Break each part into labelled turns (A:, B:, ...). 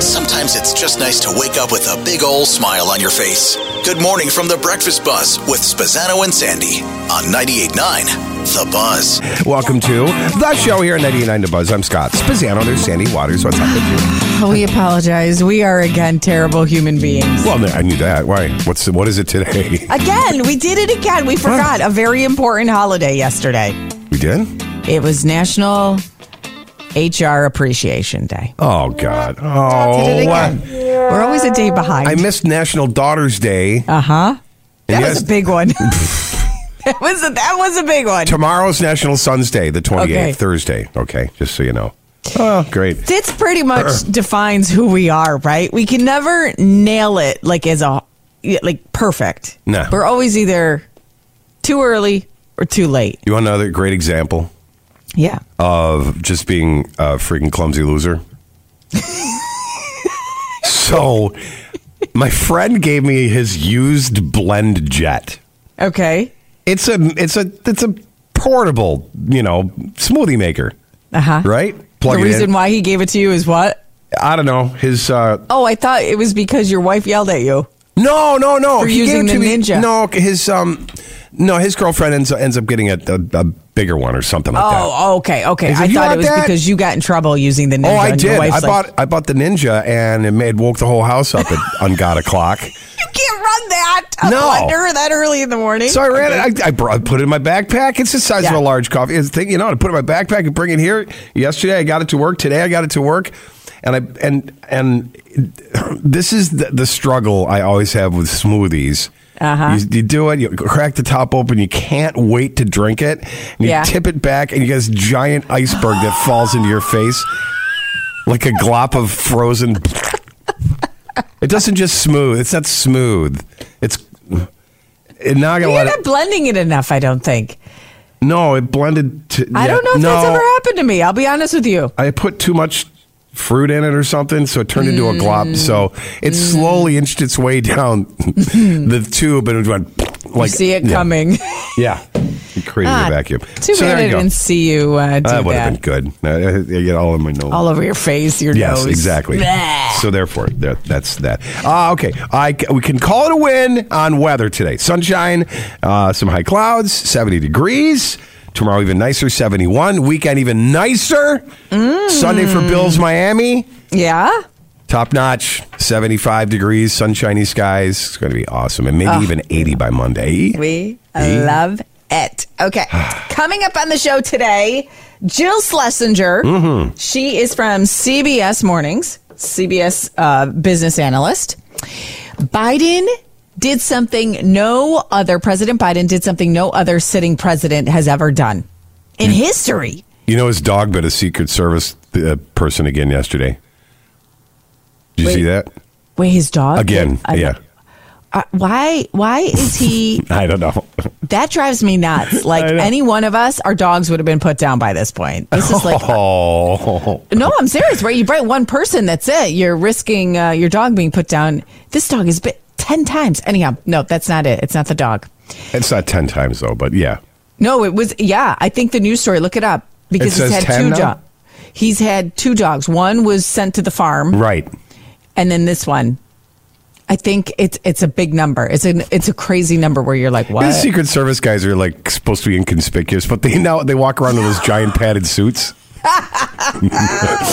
A: Sometimes it's just nice to wake up with a big old smile on your face. Good morning from the Breakfast Buzz with Spazzano and Sandy on 98.9 The Buzz.
B: Welcome to the show here at 99 The Buzz. I'm Scott Spazzano. There's Sandy Waters. What's up with you?
C: We apologize. We are again terrible human beings.
B: Well, I knew that. Why? What's what is it today?
C: Again, we did it again. We forgot a very important holiday yesterday.
B: We did?
C: It was National HR Appreciation Day.
B: Oh God. Oh. uh,
C: We're always a day behind.
B: I missed National Daughters Day.
C: uh huh. That
B: Yes.
C: was a big one. that was a, that was a big one.
B: Tomorrow's National Sons Day, the 28th,
C: Okay.
B: Thursday. Okay, just so you know. Oh, great.
C: This pretty much defines who we are, right? We can never nail it like as a like perfect.
B: No.
C: we're always either too early or too late.
B: You want another great example
C: Yeah.
B: of just being a freaking clumsy loser? so, my friend gave me his used blend jet.
C: Okay.
B: It's a it's a it's a portable, you know, smoothie maker,
C: Uh huh.
B: right?
C: The
B: Plug it
C: reason
B: in.
C: why he gave it to you is what?
B: I don't know. His uh
C: Oh, I thought it was because your wife yelled at you.
B: No, no, no. oh,
C: For
B: he gave
C: using
B: it to
C: the
B: me-
C: Ninja.
B: No, his um, no, his girlfriend ends, ends up getting a, a, a bigger one or something like that.
C: Oh, okay, okay.
B: Is it
C: I
B: you
C: thought
B: want
C: it was
B: that?
C: because you got in trouble using the ninja.
B: Oh, I
C: and your
B: did. I
C: wife's like,
B: bought I bought the Ninja, and it made woke the whole house up at ungod o'clock.
C: You can't run that. A
B: No.
C: blender that early in the morning.
B: So I ran it. I, I, brought, put it in my backpack. It's the size of
C: Yeah.
B: a large coffee. It's thing, you know. I put it in my backpack and bring it here. Yesterday I got it to work. Today I got it to work. And I and and this is the, the struggle I always have with smoothies.
C: Uh-huh.
B: You, you do it. You crack the top open. You can't wait to drink it. And you
C: Yeah.
B: tip it back, and you get this giant iceberg that falls into your face like a glop of frozen. it doesn't just smooth. It's not smooth. It's. And now I gotta
C: You're
B: let it.
C: not blending it enough, I don't think.
B: No, it blended. To,
C: I
B: yeah,
C: don't know if
B: no,
C: that's ever happened to me. I'll be honest with you.
B: I put too much fruit in it or something, so it turned into a
C: Mm.
B: glop. So it slowly inched its way down the tube, and it went like
C: you see it
B: yeah,
C: coming.
B: Yeah, it created
C: Ah,
B: a vacuum.
C: Too
B: so
C: bad
B: there
C: I
B: you go.
C: didn't see you uh, do
B: That would have
C: that.
B: been good. I, I get all in my nose.
C: All over your face, your
B: Yes,
C: nose.
B: exactly.
C: Bleh.
B: So therefore, that, that's that. Uh, okay, I, c- we can call it a win on weather today. Sunshine, uh, some high clouds, 70 degrees. Tomorrow even nicer, 71. Weekend even nicer. Sunday for Bills Miami,
C: Mm. Yeah.
B: top notch, 75 degrees, sunshiny skies. It's going to be awesome, and maybe even 80 by Monday.
C: Ah. We love it. Okay. Coming up on the show today, Jill Schlesinger. She is from CBS Mornings, CBS uh, business analyst. Biden did something no other, President Biden did something no other sitting president has ever done in history.
B: You know his dog bit a Secret Service uh, person again yesterday. Did you see that
C: Wait, his dog?
B: again?
C: I-
B: yeah,
C: uh, why? Why is he?
B: I don't know.
C: that drives me nuts. Like
B: know.
C: any one of us, our dogs would have been put down by this point. This is like
B: Oh,
C: No, I'm serious. Right, you bite one person, that's it. You're risking uh, your dog being put down. This dog has bit ten times. Anyhow, no, that's not it. It's not the dog.
B: it's not ten times though, but yeah.
C: No, it was. Yeah, I think the news story. Look it up because
B: It
C: he's
B: says
C: had
B: 10
C: two
B: now?
C: dogs. He's had two dogs. One was sent to the farm,
B: Right.
C: and then this one. I think it's it's a big number. It's an it's a crazy number where you're like,
B: The
C: what?
B: Secret Service guys are like supposed to be inconspicuous, but they now they walk around in those giant padded suits.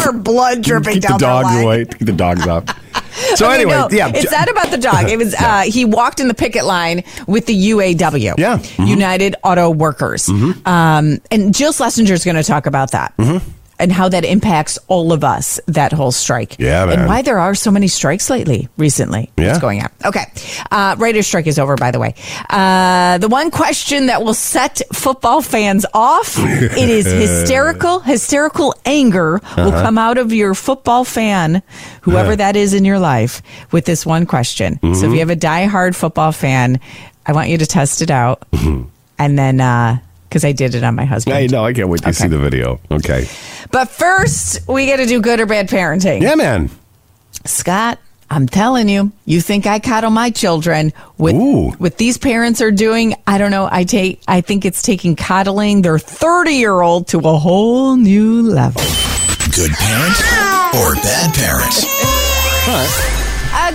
C: Or blood dripping
B: Keep the
C: down their
B: dogs
C: leg.
B: away. Keep the dogs up. So
C: Okay,
B: anyway,
C: no,
B: yeah,
C: it's
B: j-
C: not about the dog. It was uh, he walked in the picket line with the UAW,
B: Yeah, Mm-hmm. mhm.
C: United Auto Workers, um, and Jill Schlesinger is going to talk about that
B: Mm-hmm.
C: Mm-hmm. and how that impacts all of us. That whole strike,
B: Yeah, man.
C: and why there are so many strikes lately, recently.
B: Yeah.
C: what's going on? Okay, uh, writers' strike is over, by the way. Uh, the one question that will set football fans off it is hysterical. Hysterical anger will
B: Uh-huh.
C: come out of your football fan, whoever that is in your life, with this one question.
B: Mm-hmm.
C: So if you have a diehard football fan, I want you to test it out,
B: Mm-hmm.
C: and then because I did it on my husband.
B: I know. I can't wait to see the video. Okay.
C: But first, we got to do good or bad parenting.
B: Yeah, man.
C: Scott, I'm telling you, you think I coddle my children with
B: Ooh.
C: what these parents are doing? I don't know. I take I think it's taking coddling their 30 year old to a whole new level.
A: Good parent or bad parent?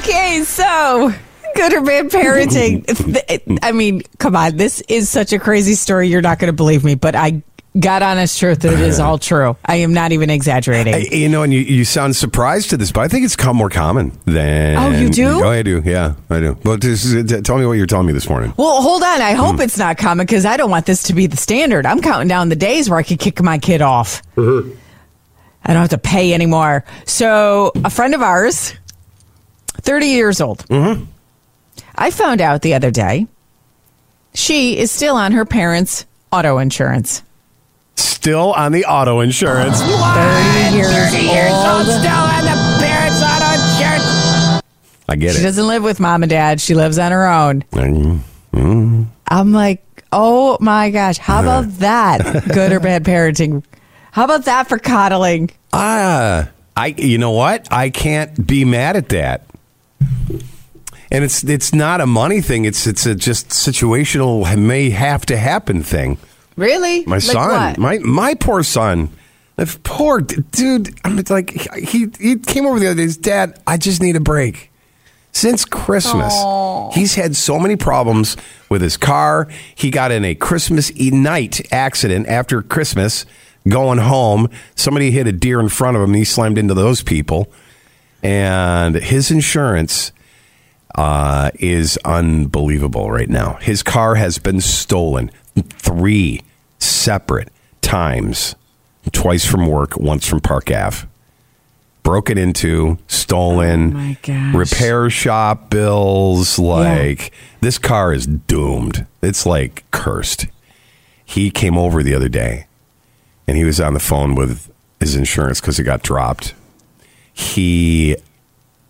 C: Okay, so good or bad parenting. Th- I mean, come on, this is such a crazy story. You're not going to believe me, but I got honest truth. It is all true. I am not even exaggerating.
B: I- you know, and you, you sound surprised to this, but I think it's come more common than.
C: Oh, you do?
B: Oh, I do. Yeah, I do. Well, just, uh, t- tell me what you're telling me this morning.
C: Well, hold on. I
B: Hmm.
C: hope it's not common because I don't want this to be the standard. I'm counting down the days where I could kick my kid off.
B: Mm-hmm.
C: I don't have to pay anymore. So, a friend of ours, 30 years old,
B: Mm-hmm.
C: I found out the other day she is still on her parents' auto insurance.
B: Still on the auto insurance.
C: 30 years old.
B: I get
C: She
B: it.
C: doesn't live with mom and dad. She lives on her own.
B: Mm.
C: I'm like, oh my gosh, how
B: Uh-huh.
C: about that? Good or bad parenting? How about that for coddling?
B: Ah, I. You know what? I can't be mad at that. And it's it's not a money thing. It's it's a just situational may have to happen thing.
C: Really?
B: My son, my my poor son. The poor d- dude. I'm it's like he he came over the other day. He's, Dad, I just need a break. Since Christmas, he's had so many problems with his car. He got in a Christmas e- night accident after Christmas going home. Somebody hit a deer in front of him and he slammed into those people. And his insurance uh, is unbelievable right now. His car has been stolen three separate times twice from work, once from Park Ave. Broken into, stolen,
C: Oh, my gosh.
B: repair shop bills. Like, this car is doomed. It's like cursed. He came over the other day and he was on the phone with his insurance because it got dropped. He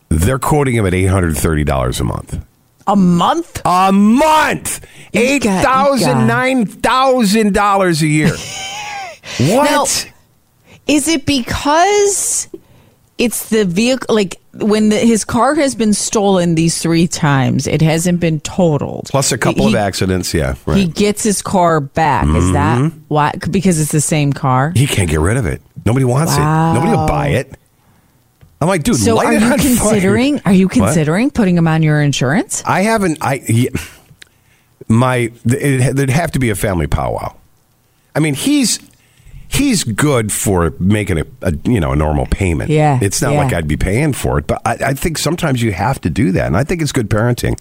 B: they're quoting him at eight hundred thirty dollars a month.
C: a month?
B: A month,
C: You
B: eight
C: got-
B: thousand,
C: you got-
B: nine thousand dollars a year. what?
C: Is it because it's the vehicle? Like when the, his car has been stolen these three times, it hasn't been totaled.
B: Plus a couple
C: He-
B: of accidents. Yeah, right. Mm-hmm.
C: He
B: He,
C: gets his car back. Is that why? Because it's the same car.
B: can't get rid of it. Nobody wants it. Nobody will buy it. I'm like, dude,
C: So
B: light
C: are
B: it
C: you
B: on fire.
C: considering? Are you considering putting him on your insurance?
B: I haven't. I he, my it, there'd have to be a family powwow. I mean, he's he's good for making a, a you know a normal payment.
C: Yeah,
B: it's not
C: yeah.
B: like I'd be paying for it, but I, I think sometimes you have to do that, and I think it's good parenting.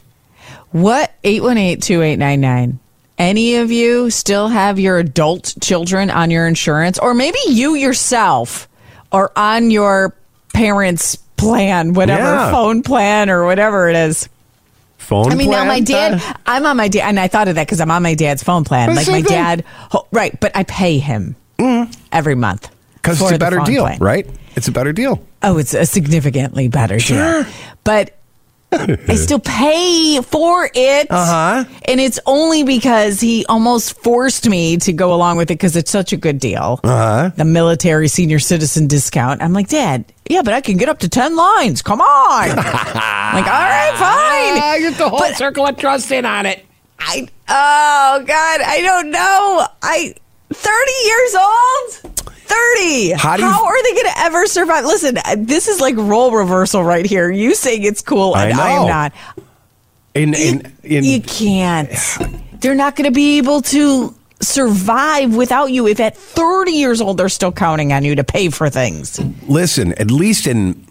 C: What 818-2899. Any of you still have your adult children on your insurance or maybe you yourself are on your parents plan, whatever
B: Yeah.
C: phone plan or whatever it is.
B: Phone.
C: I mean, now
B: plan?
C: my dad, I'm on my dad, and I thought of that because I'm on my dad's phone plan.
B: But
C: Like
B: same
C: my
B: thing. Mm.
C: dad, ho- right? But I pay him every month
B: because it's
C: for
B: a
C: the
B: better
C: phone
B: deal,
C: plan.
B: right? It's a better deal.
C: Oh, it's a significantly better
B: Sure.
C: deal. But I still pay for it.
B: Uh-huh.
C: And it's only because he almost forced me to go along with it because it's such a good deal. Uh-huh. The military senior citizen discount. I'm like, Dad, yeah, but I can get up to 10 lines. Come on. like, all right, fine.
D: I get the whole
C: But-
D: circle of trust in on it.
C: I, oh, God, I don't know. I, 30 years old? 30.
B: How do you-
C: are they going to ever survive? Listen, uh, this is like role reversal right here. You saying it's cool,
B: I
C: and I,
B: know.
C: am not.
B: In
C: You,
B: in in
C: you can't. They're not going to be able to survive without you if at 30 years old they're still counting on you to pay for things.
B: listen, at least in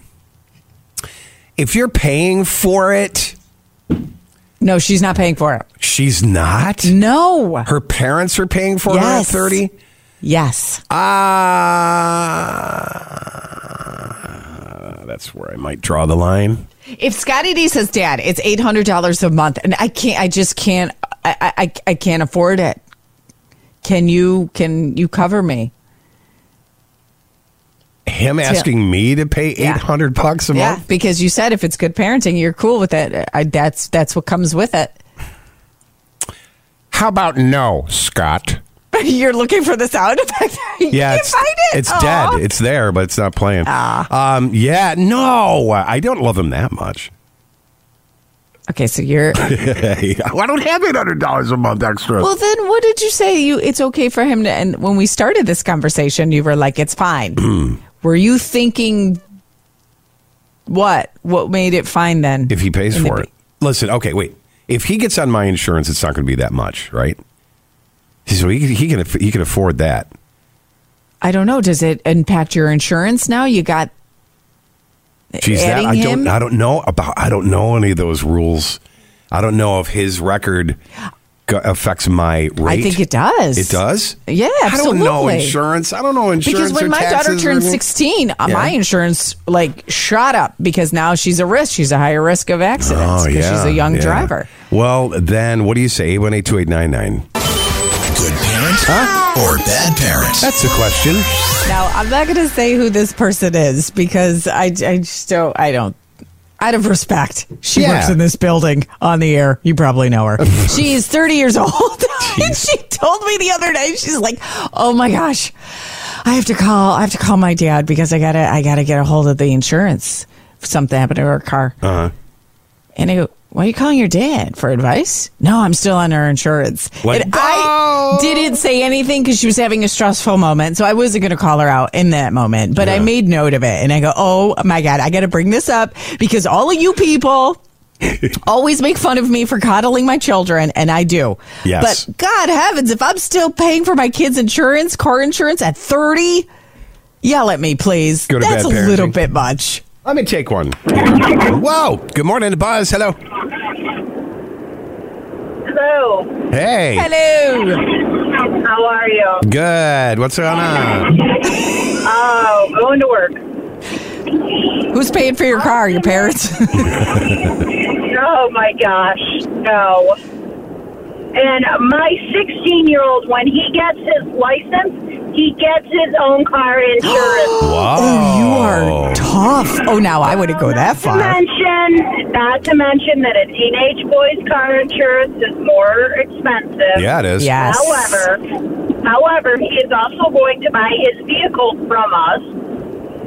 B: if you're paying for it,
C: No, she's not paying for it.
B: she's not.
C: No.
B: Her parents are paying for her at
C: Yes.
B: 30.
C: Yes.
D: Uh,
B: Ah, Uh, that's where I might draw the line.
C: If Scotty D says, Dad, it's eight hundred dollars a month, and I can't, I just can't, I, I, I- I can't afford it. Can you, can you cover me?
B: Him asking me to pay
C: Yeah.
B: 800 bucks a month?
C: because you said if it's good parenting, you're cool with it. I, that's that's what comes with it.
B: How about no, Scott?
C: you're looking for the sound effect. you
B: Yeah,
C: can't
B: it's,
C: find it.
B: it's
C: Aw.
B: dead. It's there, but it's not playing. Um, yeah, no, I don't love him that much.
C: Okay, so you're.
B: I don't have $800 a month extra.
C: Well, then, what did you say? You, it's okay for him to. And when we started this conversation, you were like, "It's fine." were you thinking what? What made it fine then?
B: If he pays
C: In the
B: for
C: be-
B: it. Listen, okay, wait. If he gets on my insurance, it's not going to be that much, right? So he, he can he can afford that.
C: I don't know. Does it impact your insurance now? You got
B: Geez, that,
C: adding
B: I
C: him?
B: don't I don't know about I don't know any of those rules. I don't know if his record g- affects my rate.
C: I think it does.
B: It does.
C: Yeah,
B: I don't know
C: absolutely.
B: insurance. I don't know insurance
C: Because
B: or
C: when my daughter
B: taxes or
C: turned
B: anything.
C: 16, uh
B: Yeah.
C: my insurance like shot up because now she's a risk. She's a higher risk of accidents
B: Oh
C: because
B: yeah,
C: she's a young
B: yeah.
C: driver.
B: Well, then what do you say? Eight one eight two eight nine nine.
A: Good parent or bad parent?
B: That's the question.
C: Now, I'm not going to say who this person is because I, I just don't, I don't, out of respect. She
B: Yeah.
C: works in this building on the air. You probably know her. She's 30 years old. and she told me the other day, she's like, oh my gosh, I have to call, I have to call my dad because I got to, I got to get a hold of the insurance. if Something happened to her car.
B: Uh-huh.
C: And I go, why are you calling your dad for advice? No, I'm still on her insurance.
B: Like,
C: and I didn't say anything because she was having a stressful moment. So I wasn't going to call her out in that moment, but I made note of it. And I go, oh my God, I got to bring this up because all of you people always make fun of me for coddling my children. And I do.
B: Yes.
C: But God heavens, if I'm still paying for my kids' insurance, car insurance at 30, yell at me, please.
B: Go to
C: That's
B: bad
C: a little
B: parenting.
C: bit much.
B: Let me take one. Whoa! Good morning, Buzz. Hello.
D: Hello.
B: Hey.
C: Hello.
D: How are you?
B: Good. What's going on?
D: Oh, going to work.
C: Who's paying for your car? Your parents?
D: Oh my gosh, no. And my 16 year old, when he gets his license, he gets his own car insurance.
B: Wow.
C: Oh, you are tough. Oh, now I wouldn't go that
D: To
C: far.
D: mention, not to mention that a teenage boy's car insurance is more expensive.
B: Yeah, it is.
C: Yes.
D: However, however, he is also going to buy his vehicle from us,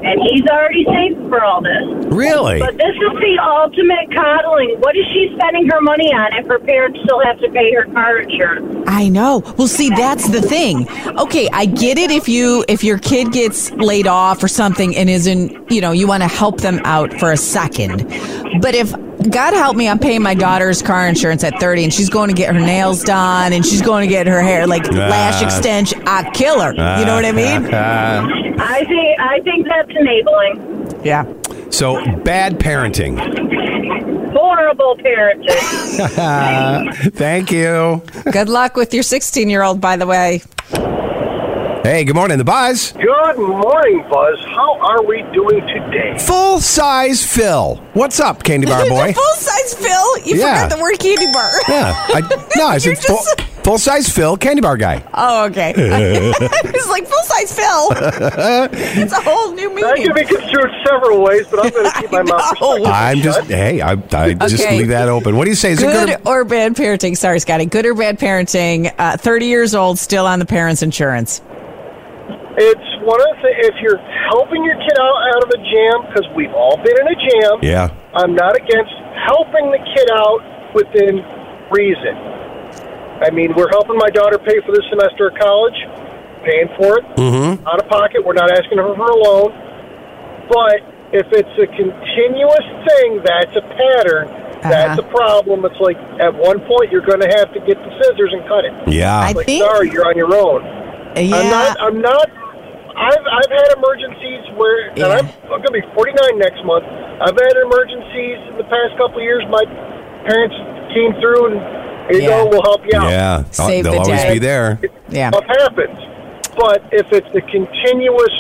D: and he's already saved for all this.
B: Really?
D: But this is the ultimate coddling. What is she spending her money on if her parents still have to pay her car insurance?
C: I know. Well, see, that's the thing. Okay, I get it if you if your kid gets laid off or something and isn't, you know, you want to help them out for a second. But if God help me, I'm paying my daughter's car insurance at 30 and she's going to get her nails done and she's going to get her hair like lash extension, I kill her. You know what I mean?
B: Ah,
D: I think I think that's enabling.
C: Yeah.
B: So bad parenting.
D: Horrible parenting.
B: Thank you.
C: Good luck with your 16-year-old by the way.
B: Hey, good morning, the Buzz.
E: Good morning, Buzz. How are we doing today?
B: Full size Phil. What's up, Candy Bar Boy?
C: Full size Phil. You
B: Yeah.
C: forgot the word candy bar.
B: yeah. I, no, I said
C: You're just-
B: full, full size Phil, Candy Bar guy.
C: Oh, okay. it's like full size Phil. it's a whole new
E: That
C: meaning.
E: can be construed several ways, but I'm going to keep my mouth respectful.
B: I'm just hey, I, I just
C: Okay.
B: leave that open. What do you say? Is
C: Good
B: it good?
C: or bad parenting? Sorry, Scotty. Good or bad parenting? Uh, Thirty years old, still on the parents' insurance.
E: It's one of the if you're helping your kid out out of a jam because we've all been in a jam.
B: Yeah.
E: I'm not against helping the kid out within reason. I mean, we're helping my daughter pay for this semester of college, paying for it
B: Uh-huh.
E: out of pocket. We're not asking her for a loan, but if it's a continuous thing, that's a pattern.
F: Mm-hmm.
C: Uh-huh.
E: That's a problem. It's like at one point you're going to have to get the scissors and cut it.
B: Yeah. I
E: It's like,
B: think-
E: sorry, you're on your own. I'm not. I'm not. I've I've had emergencies where, and I'm, I'm going to be 49 next month. I've had emergencies in the past couple of years. My parents came through and here you go, we'll help you out.
B: Yeah. Oh,
C: Save
B: They'll
C: the
B: always
C: day.
B: be there.
C: Yeah.
E: Stuff happens, but if it's a continuous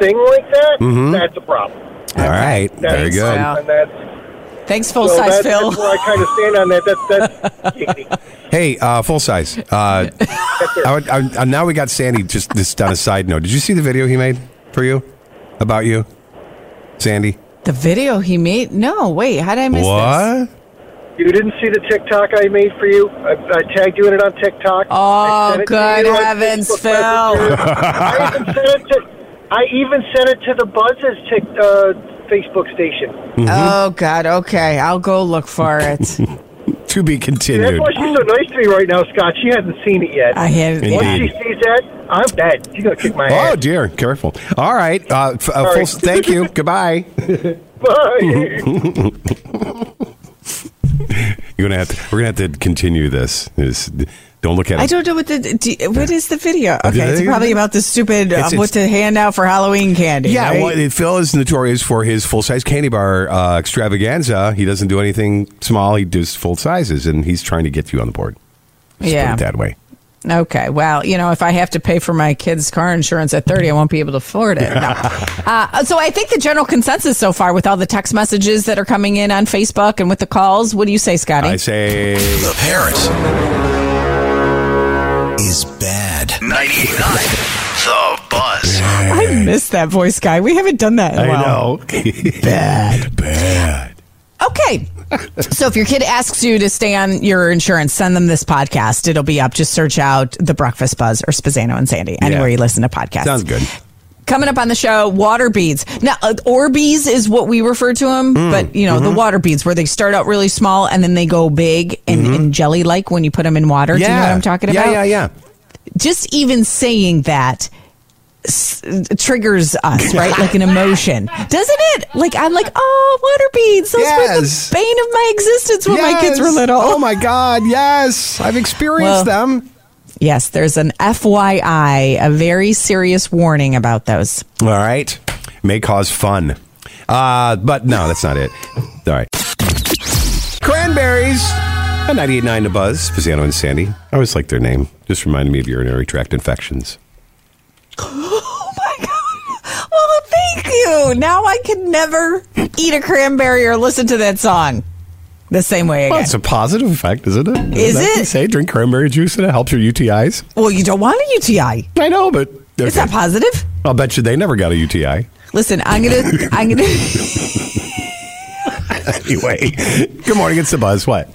E: thing like that,
B: Mhm.
E: that's a problem.
B: All right. Very
E: That's-
B: good.
E: And that's
C: Thanks,
E: so that's, That's where I kind of stand on that. That's that's
B: Hey, uh, full size. Uh, I would, I, I, now we got Sandy. Just this on a side note. Did you see the video he made for you about you, Sandy?
C: The video he made? No, wait. How did I miss this?
B: What?
E: You didn't see the TikTok I made for you? I, I tagged you in it on TikTok. I sent
C: Oh,
E: it to you
C: good
E: on
C: heavens,
E: Facebook
C: Phil.
E: Messenger. I even sent it to I even sent it to the Buzz's tic, uh, Facebook station.
B: Mm-hmm.
C: Oh, God. Okay. I'll go look for it.
B: to be
E: That's
B: continued.
E: why she's so nice to me right now, Scott. She hasn't seen it yet.
C: Oh. I haven't.
E: Once
B: Indeed.
E: she sees that, I'm dead. She's gonna kick my
B: Oh
E: ass.
B: dear! Careful. All right. Uh, f- uh, full,
E: Sorry.
B: thank you. Goodbye.
E: Bye.
B: You're gonna have to. We're gonna have to continue this. This- don't look at it.
C: I don't know what the do, what is the video. Okay, it's
B: Yeah.
C: probably about the stupid uh,
B: It's- it's-
C: what to hand out for Halloween candy.
B: Yeah,
C: right?
B: well, it- Phil is notorious for his full size candy bar uh, extravaganza. He doesn't do anything small; he does full sizes, and he's trying to get you on the board. Just
C: Yeah.
B: put it that way.
C: Okay. Well, you know, if I have to pay for my kids' car insurance at 30, I won't be able to afford it. No. uh, so I think the general consensus so far with all the text messages that are coming in on Facebook and with the calls, what do you say, Scotty?
B: I say
A: The parent is bad.
G: 99. The Buzz.
C: I miss that voice guy. We haven't done that in a while.
B: know bad, bad.
C: Okay. so if your kid asks you to stay on your insurance, send them this podcast. It'll be up. Just search out The Breakfast Buzz or Spazzano and Sandy anywhere
B: Yeah.
C: you listen to podcasts.
B: Sounds good.
C: Coming up on the show, water beads. Now, uh, Orbeez is what we refer to them,
B: Mm.
C: but you know,
B: Mm-hmm.
C: the water beads where they start out really small and then they go big and, and jelly like when you put them in water. Do you know what I'm talking
B: Mm-hmm. yeah,
C: about?
B: yeah, yeah.
C: Just even saying that s- triggers us, right? like an emotion, doesn't it? Like, I'm like, oh, water beads. Those were
B: Yes.
C: the bane of my existence when my kids were
B: Yes.
C: little.
B: Oh my God! Yes, I've experienced
C: Well,
B: them.
C: Yes, there's an FYI, a very serious warning about those.
B: All right, may cause fun, uh, but no, that's not it. All right, cranberries. A 98.9 to Buzz, Pizzano and Sandy. I always like their name. Just reminded me of urinary tract infections.
C: Oh my God. Well, thank you. Now I can never eat a cranberry or listen to that song the same way
B: Well,
C: again.
B: it's a positive effect, isn't it? Isn't
C: Is
B: that what they
C: it?
B: Say, drink cranberry juice and it helps your UTIs.
C: Well, you don't want a UTI.
B: I know, but
C: Is that positive?
B: I'll bet you they never got a UTI.
C: Listen, I'm going to, I'm going to.
B: Anyway, good morning. It's the Buzz. What?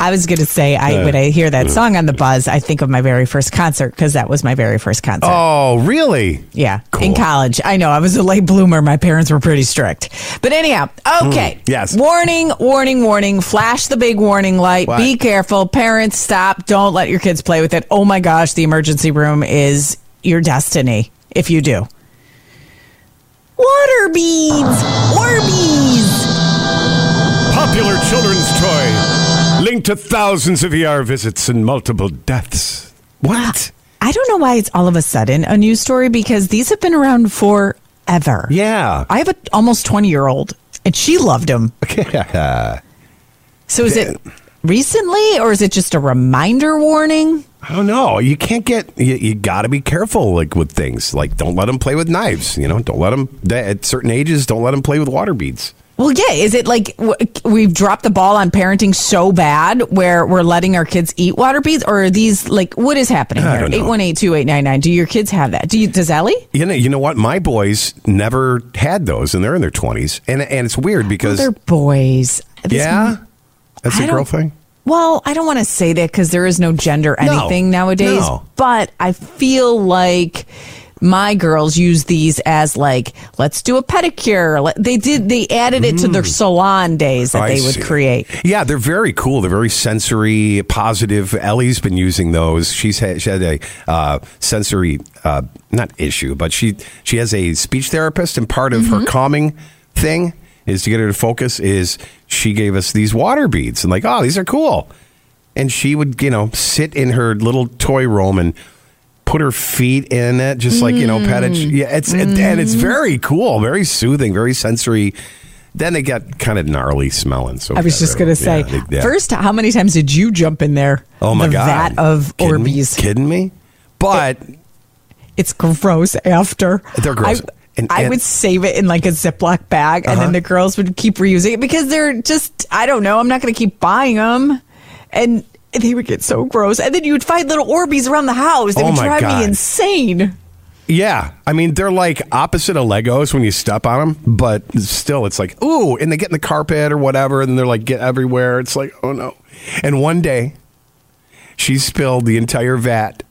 C: I was going to say, I when I hear that song on the buzz, I think of my very first concert because that was my very first concert.
B: Oh, really?
C: yeah,
B: Cool.
C: in college. I know I was a late bloomer. My parents were pretty strict. But anyhow, okay.
B: Hmm. yes.
C: Warning, warning, warning. Flash the big warning light.
B: What?
C: Be careful. Parents, stop. Don't let your kids play with it. Oh my gosh, the emergency room is your destiny if you do. Water beads, Orbeez.
B: Popular children's toy linked to thousands of ER visits and multiple deaths. What?
C: I don't know why it's all of a sudden a news story because these have been around forever.
B: Yeah.
C: I have a almost 20 year old and she loved them. So is it recently or is it just a reminder warning?
B: I don't know. You can't get. You, you got to be careful, like with things. Like, don't let them play with knives. You know, don't let them at certain ages. Don't let them play with water beads.
C: Well, yeah. Is it like w- we've dropped the ball on parenting so bad where we're letting our kids eat water beads or are these like what is happening
B: I
C: here?
B: don't know.
C: 818-2899. Do your kids have that? Do you, does Ellie?
B: You know, you know what? My boys never had those, and they're in their twenties, and and it's weird because
C: They're boys. This-
B: yeah, that's
C: I
B: a girl
C: don't-
B: thing.
C: Well, I don't want to say that because there is no gender anything nowadays,
B: No.
C: but I feel like my girls use these as like, let's do a pedicure. Let- They did, they added it to their salon days that
B: Mm. I
C: they would
B: see.
C: create.
B: Yeah, they're very cool. They're very sensory positive. Ellie's been using those. She's had, she had a uh, sensory uh,
C: Mm-hmm.
B: not issue, but she she has a speech therapist, and part of her calming thing is to get her to focus is she gave us these water beads and like, oh, these are cool. And she would, you know, sit in her little toy room and put her feet in it, just like, you know, pet
C: Mm.
B: it. Yeah, it's and it's very cool, very soothing, very sensory. Then they got kind of gnarly smelling. So
C: I was just gonna say
B: Yeah, they- yeah.
C: first, how many times did you jump in there?
B: Oh my
C: the
B: god,
C: vat of
B: Kidding me?
C: Orbeez.
B: Kidding me? But
C: It's gross. After
B: They're gross.
C: I,
B: And- Uh-huh.
C: I
B: and-
C: would save it in like a Ziploc bag, and then the girls would keep reusing it because they're just I don't know. I'm not gonna keep buying them, and they would get so gross. And then you would find little Orbeez around the house. They
B: Oh
C: would
B: my
C: drive
B: God.
C: me insane.
B: yeah, I mean they're like opposite of Legos when you step on them, but still it's like ooh, and they get in the carpet or whatever, and they're like get everywhere. It's like oh no. And one day, she spilled the entire vat.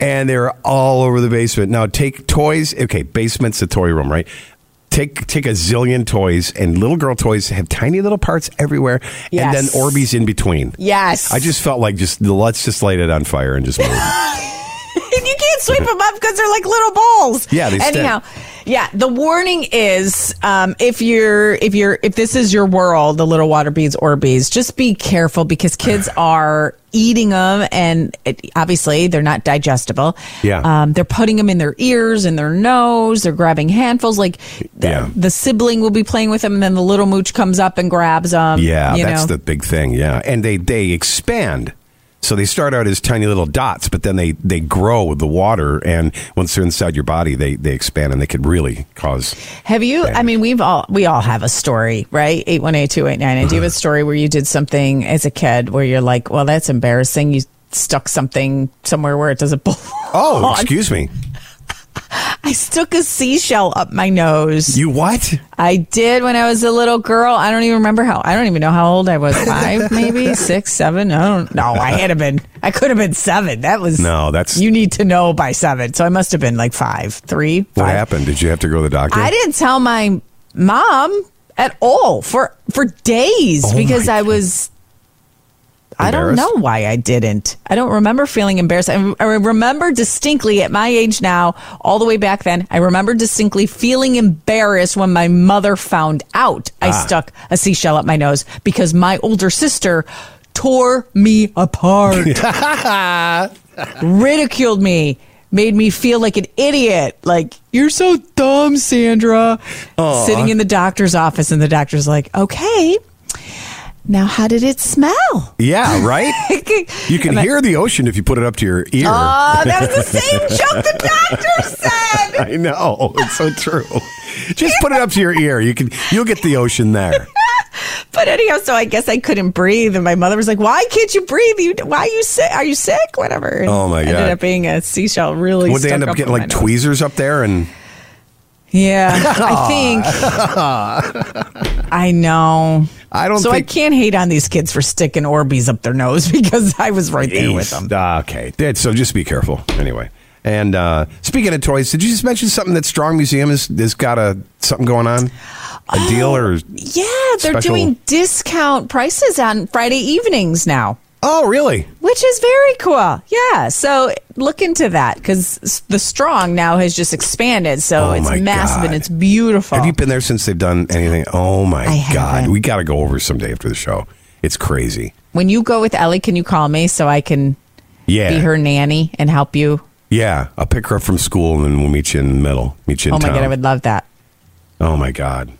B: And they were all over the basement. Now take toys. Okay, basement's the toy room, right? Take take a zillion toys, and little girl toys have tiny little parts everywhere, and then
C: Yes.
B: Orbeez in between.
C: Yes,
B: I just felt like just let's just light it on fire and just move.
C: and you can't sweep them up because they're like little balls.
B: Yeah, they stink.
C: anyhow. Yeah, the warning is um, if you're if you're if this is your world, the little water beads or bees, just be careful because kids are eating them and it, obviously they're not digestible.
B: Yeah.
C: um, they're putting them in their ears and their nose. They're grabbing handfuls. Like the,
B: Yeah.
C: the sibling will be playing with them, and then the little mooch comes up and grabs them.
B: yeah,
C: Um, you
B: that's
C: know?
B: the big thing. Yeah, and they they expand. So they start out as tiny little dots, but then they they grow with the water, and once they're inside your body, they they expand and they could really cause.
C: Have you? I mean, we've all we all have a story, right? Eight one eight two eight nine. Do you
B: Mm-hmm.
C: have a story where you did something as a kid where you're like, "Well, that's embarrassing." You stuck something somewhere where it doesn't belong.
B: Oh, excuse me.
C: I stuck a seashell up my nose.
B: You what?
C: I did when I was a little girl. I don't even remember how. I don't even know how old I was. Five, maybe six, seven. I don't. No, I had been. I could have been seven. That was
B: No, that's-
C: you need to know by seven. So I must have been like five, three,
B: What
C: five.
B: happened? Did you have to go to the doctor?
C: I didn't tell my mom at all for for days
B: Oh
C: because
B: my
C: I
B: God.
C: was I don't
B: Embarrassed?
C: know why I didn't. I don't remember feeling embarrassed. I, I remember distinctly at my age now, all the way back then, I remember distinctly feeling embarrassed when my mother found out I
B: Ah.
C: stuck a seashell up my nose because my older sister tore me apart ridiculed me, made me feel like an idiot. Like, you're so dumb, Sandra. Sitting in the doctor's office, and the doctor's like, okay, now how did it smell?
B: Yeah, right. You can
C: And I-
B: hear the ocean if you put it up to your ear.
C: Oh, that was the same joke the doctor said.
B: I know it's so true. Just put it up to your ear. You can you'll get the ocean there.
C: But anyhow, so I guess I couldn't breathe, and my mother was like, "Why can't you breathe? You, why are you sick? Are you sick? Whatever." And
B: Oh, my God.
C: Ended up being a seashell. Really?
B: Would they
C: stuck
B: end up getting
C: in
B: like
C: my nose.
B: tweezers up there and?
C: Yeah, I think. I know.
B: I don't
C: So
B: think-
C: I can't hate on these kids for sticking Orbeez up their nose because I was right there with
B: Jeez.
C: them.
B: Ah, okay. Did- So just be careful. Anyway. And uh, speaking of toys, did you just mention something that Strong Museum has, has got a something going on? A
C: Oh,
B: deal or
C: Yeah, they're
B: Special-
C: doing discount prices on Friday evenings now,
B: Oh, really?
C: which is very cool. Yeah, so look into that because the Strong now has just expanded, so
B: Oh
C: it's
B: my
C: massive
B: God.
C: and it's beautiful.
B: Have you been there since they've done anything? Oh my
C: I
B: god.
C: haven't.
B: We got to go over someday after the show. It's crazy.
C: when you go with Ellie, can you call me so I can
B: Yeah.
C: be her nanny and help you?
B: Yeah, I'll pick her up from school and then we'll meet you in the middle. Meet you in
C: oh my
B: town.
C: god, I would love that.
B: oh my god.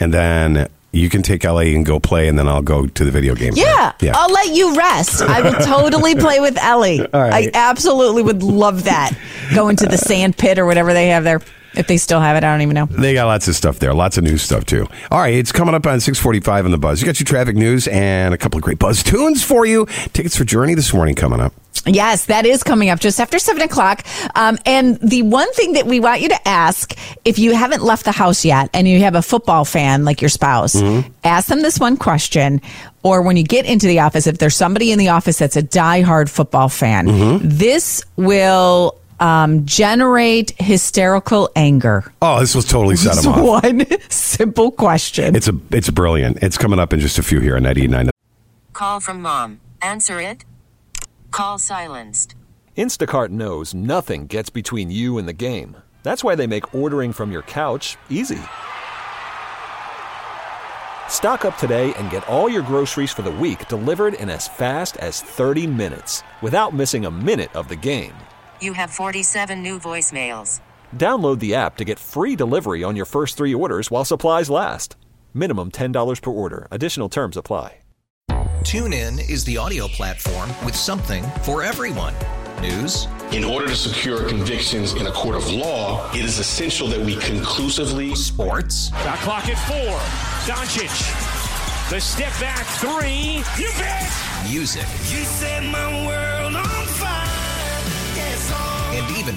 B: And then you can take LA and go play and then I'll go to the video game.
C: Yeah,
B: Yeah.
C: I'll let you rest. I would totally play with Ellie.
B: right.
C: I absolutely would love that. Going to the sand pit or whatever they have there. If they still have it, I don't even know.
B: They got lots of stuff there, lots of new stuff too. All right, it's coming up on 645 on the Buzz. You got your traffic news and a couple of great Buzz tunes for you. Tickets for Journey this morning coming up.
C: Yes, that is coming up just after seven o'clock. Um, and the one thing that we want you to ask if you haven't left the house yet and you have a football fan like your spouse,
B: Mm-hmm.
C: ask them this one question. Or when you get into the office, if there's somebody in the office that's a diehard football fan,
B: Mm-hmm.
C: this will um, generate hysterical anger.
B: Oh, this was totally set
C: Just
B: them off.
C: one simple question.
B: It's a it's brilliant. It's coming up in just a few here on 99.
H: Call from mom. Answer it. Call silenced.
I: Instacart knows nothing gets between you and the game. That's why they make ordering from your couch easy. Stock up today and get all your groceries for the week delivered in as fast as 30 minutes without missing a minute of the game.
H: You have 47 new voicemails.
I: Download the app to get free delivery on your first three orders while supplies last. Minimum $10 per order. Additional terms apply.
J: TuneIn is the audio platform with something for everyone. News,
K: In order to secure convictions in a court of law, it is essential that we conclusively.
J: Sports.
L: The clock at four. Doncic. The step back three. You bet.
J: music,
G: You set my world on fire. Yes, all.
J: and even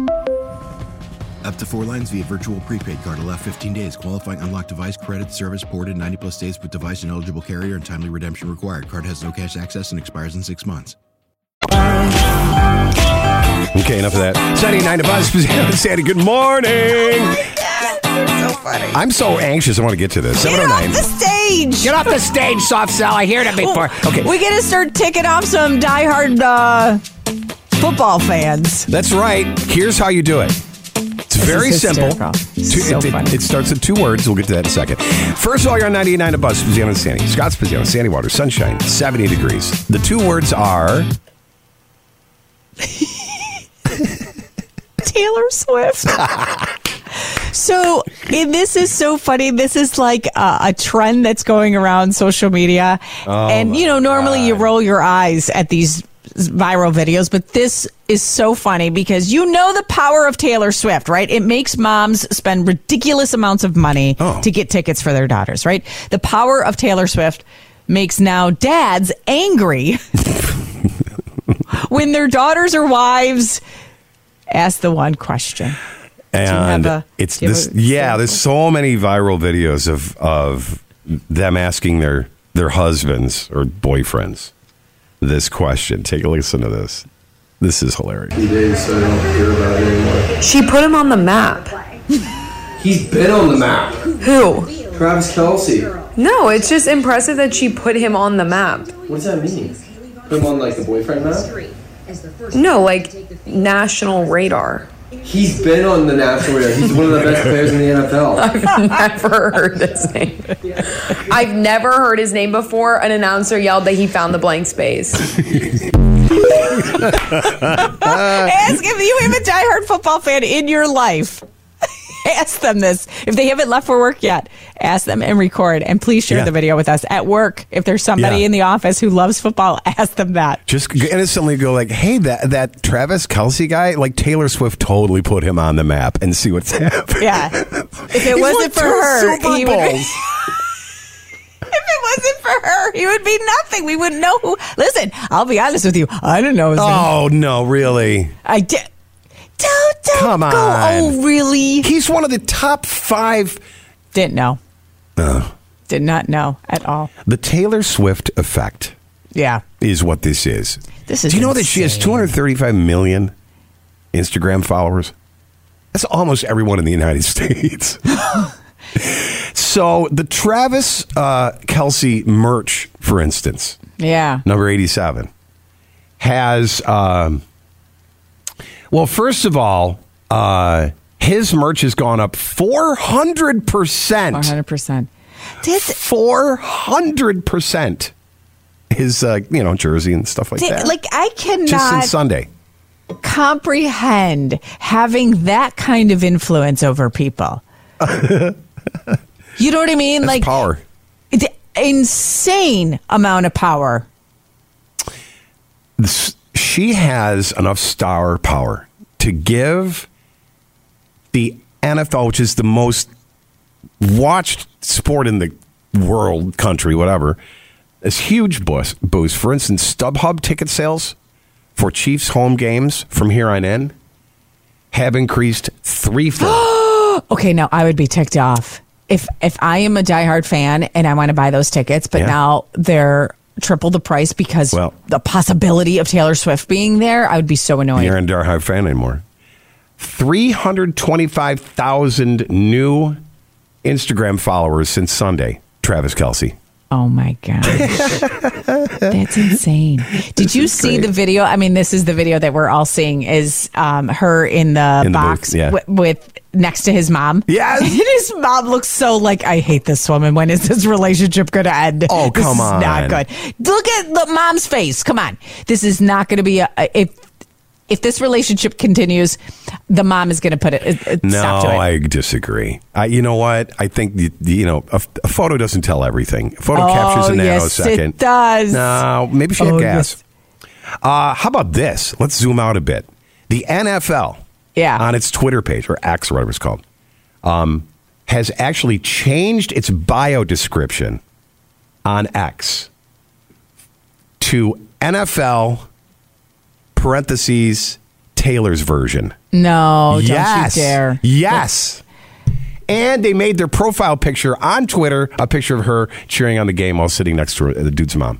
M: Up to four lines via virtual prepaid card. Allow 15 days. Qualifying unlocked device credit service ported 90 plus days with device and eligible carrier and timely redemption required. Card has no cash access and expires in six months.
B: Okay, enough of that. Saturday night about Sandy. Good morning. I'm so anxious. I want to get to this.
C: Get off the
B: 709.
C: stage.
N: oh Get off the stage, soft sell. I heard it before. Okay.
C: We got to start ticking off some diehard uh, football fans.
B: That's right. Here's how you do it. It's very
C: is
B: simple.
C: hysterical. This
B: Two-
C: is so
B: it, it-
C: funny.
B: it starts with two words. We'll get to that in a second. First of all, you're on 98.9 of Buzz, Spaziano and Sandy. Scott Spaziano, Sandy Water, Sunshine, 70 degrees. The two words are
C: Taylor Swift. so and this is so funny. This is like uh, a trend that's going around social media,
O: Oh,
C: and you know normally you roll your eyes at these viral videos, but this is so funny because you know the power of Taylor Swift, right? It makes moms spend ridiculous amounts of money to get tickets for their daughters, right? The power of Taylor Swift makes now dads angry when their daughters or wives ask the one question.
B: and
C: a-
B: it's
C: do you have
B: this
C: a
B: yeah, there's so many viral videos of of them asking their their husbands or boyfriends this question. Take a listen to this. This is hilarious.
P: She put him on the map.
B: He's been on the map.
P: Who?
Q: Travis Kelsey.
P: No, it's just impressive that she put him on the map.
Q: What does that mean? Put him on like the boyfriend map?
P: No, like national radar.
Q: He's been on the national radar. He's one of the best players in the NFL.
P: I've never heard his name. I've never heard his name before. An announcer yelled that he found the blank space.
C: Ask if you have a diehard football fan in your life. ask them this. If they haven't left for work yet, ask them and record. And please share
B: Yeah.
C: the video with us at work. If there's somebody
B: Yeah.
C: in the office who loves football, ask them that.
B: Just g- innocently go like, hey, that that Travis Kelsey guy, like Taylor Swift totally put him on the map and see what's happening.
C: Yeah. If
G: He's
C: it
G: won
C: wasn't for
G: two
C: her,
G: Super
C: he would.
G: Bowls.
C: if it wasn't for her, he would be nothing. We wouldn't know who. Listen, I'll be honest with you. I don't know his name.
B: Oh no, really?
C: I did. Don't, don't
B: Come on.
C: go. Oh, really?
B: He's one of the top five.
C: Didn't know.
B: Oh.
C: Did not know at all.
B: The Taylor Swift effect
C: Yeah.
B: is what this is.
C: This is
B: Do you know that she has
C: insane.
B: 235 million Instagram followers? That's almost everyone in the United States. so the Travis uh, Kelsey merch, for instance,
C: Yeah.
B: number 87 has um, well first of all uh, his merch has gone up 400% 400% 400% his uh, you know jersey and stuff like
C: Did-
B: that
C: like, I cannot
B: just since sunday
C: comprehend having that kind of influence over people. you know what I mean? like
B: power.
C: It's insane amount of power.
B: This- she has enough star power to give the NFL, which is the most watched sport in the world, country, whatever, this huge boost. boost. For instance, StubHub ticket sales for Chiefs home games from here on in have increased threefold.
C: okay, now I would be ticked off if if I am a diehard fan and I want to buy those tickets, but
B: Yeah.
C: now they're triple the price because
B: Well-
C: the possibility of Taylor Swift being there, I would be so annoyed.
B: You're not a high fan anymore. 325,000 new Instagram followers since Sunday, Travis Kelsey.
C: Oh my gosh. That's insane. Did you see the video? I mean, this is the video that we're all seeing is um, her in the
B: In the booth,
C: box
B: yeah.
C: wi- with next to his mom.
B: Yes.
C: And his mom looks so like, I hate this woman. When is this relationship going to end? Oh,
B: come
C: This
B: on.
C: is not good. Look at the mom's face. Come on. This is not going to be a, a- if if this relationship continues, the mom is going to put it, it, it
B: No,
C: stop to it.
B: I disagree. I, you know what? I think you, you know a, a photo doesn't tell everything. A photo
C: Oh,
B: captures a
C: yes, it
B: nanosecond.
C: does.
B: No, maybe she
C: Oh,
B: had gas. Uh, how about this? Let's zoom out a bit. The NFL,
C: Yeah.
B: on its Twitter page or X, or whatever it's called, um, has actually changed its bio description on X to NFL parentheses Taylor's version.
C: No, Oh, don't
B: yes.
C: you dare.
B: Yes. And they made their profile picture on Twitter a picture of her cheering on the game while sitting next to her, uh, the dude's mom.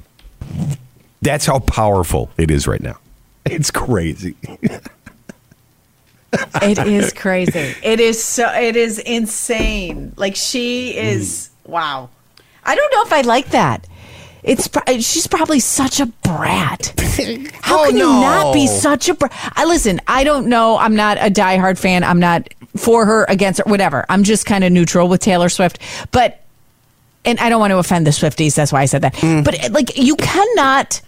B: That's how powerful it is right now. It's crazy.
C: it is crazy. It is so. It is insane. Like she is. Wow. I don't know if I like that. It's pro- she's probably such a brat. How
G: Oh,
C: can you not be
G: no.
C: such a brat? I listen. I don't know. I'm not a diehard fan. I'm not for her, against her, whatever. I'm just kind of neutral with Taylor Swift, but. And I don't want to offend the Swifties. That's why I said that.
G: Mm.
C: But eh, like, you cannot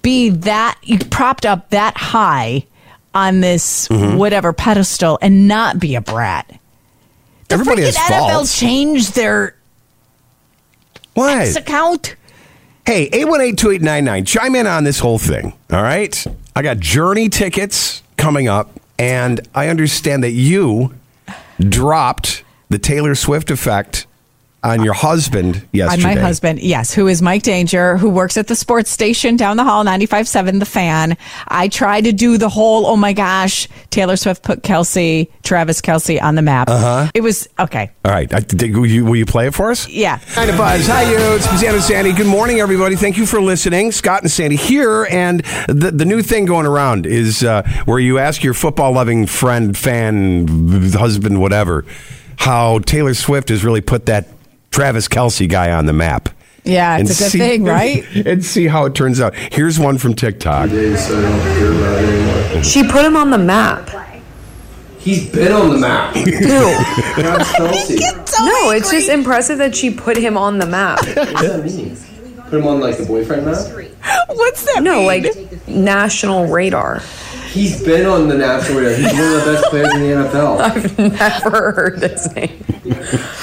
C: be that you propped up that high on this
G: Mhm.
C: whatever pedestal and not be a brat. The
G: Everybody
C: freaking
G: has
C: NFL
G: faults.
C: changed their
B: What?
C: X account.
B: Hey, 818 2899, chime in on this whole thing. All right. I got journey tickets coming up, and I understand that you dropped the Taylor Swift effect on your husband yesterday.
C: On my husband, yes, who is Mike Danger, who works at the sports station down the hall, 95.7 The Fan. I try to do the whole, oh my gosh, Taylor Swift put Kelsey, Travis Kelsey on the map. Uh-huh. It was, okay,
B: All right. I, did, will, you, will you play it for us?
C: yeah.
B: Nine to Buzz. Hi, you. It's Pizzano and Sandy. Good morning, everybody. Thank you for listening. Scott and Sandy here. And the, the new thing going around is uh, where you ask your football loving friend, fan, husband, whatever, how Taylor Swift has really put that Travis Kelsey guy on the map.
C: Yeah, it's
B: And
C: a good
B: see-
C: thing, right?
B: and see how it turns out. Here's one from TikTok.
P: She put him on the map.
Q: He's been on the map. Travis Kelce.
P: no, it's just impressive that she put him on the map.
Q: What does that mean? Put him on like the boyfriend map?
C: What's that?
P: No, like national radar.
Q: He's been on the national radar. He's one of the best players in the NFL.
P: I've never heard his name.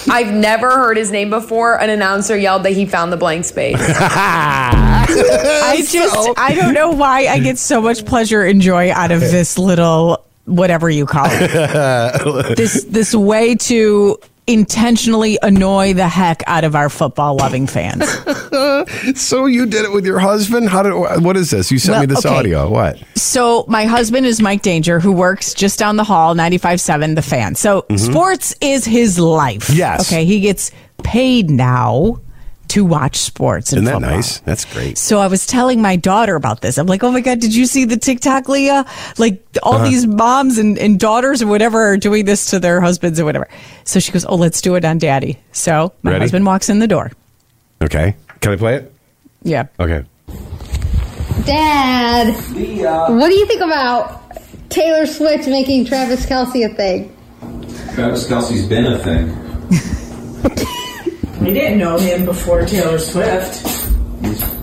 P: I've never heard his name before. An announcer yelled that he found the blank space.
C: I just I don't know why I get so much pleasure and joy out of this little whatever you call it. this this way to intentionally annoy the heck out of our football loving fans.
B: so you did it with your husband? How did? What is this? You sent
C: Well,
B: me this
C: okay.
B: audio. What?
C: So my husband is Mike Danger, who works just down the hall, 95.7 The Fan. So
B: Mhm.
C: sports is his life.
B: Yes.
C: Okay, he gets paid now to watch sports. and
B: Isn't that
C: football.
B: nice? That's great.
C: So I was telling my daughter about this. I'm like, oh my God, did you see the TikTok, Leah? Like all
B: Uh-huh.
C: these moms and, and daughters or whatever are doing this to their husbands or whatever. So she goes, oh, let's do it on daddy. So my
B: Ready?
C: husband walks in the door.
B: Okay. Can I play it?
C: Yeah.
B: Okay.
O: Dad, what do you think about Taylor Swift making Travis Kelsey a thing?
C: Uh-huh.
F: Travis Kelsey's been a thing.
R: We didn't know him before Taylor Swift.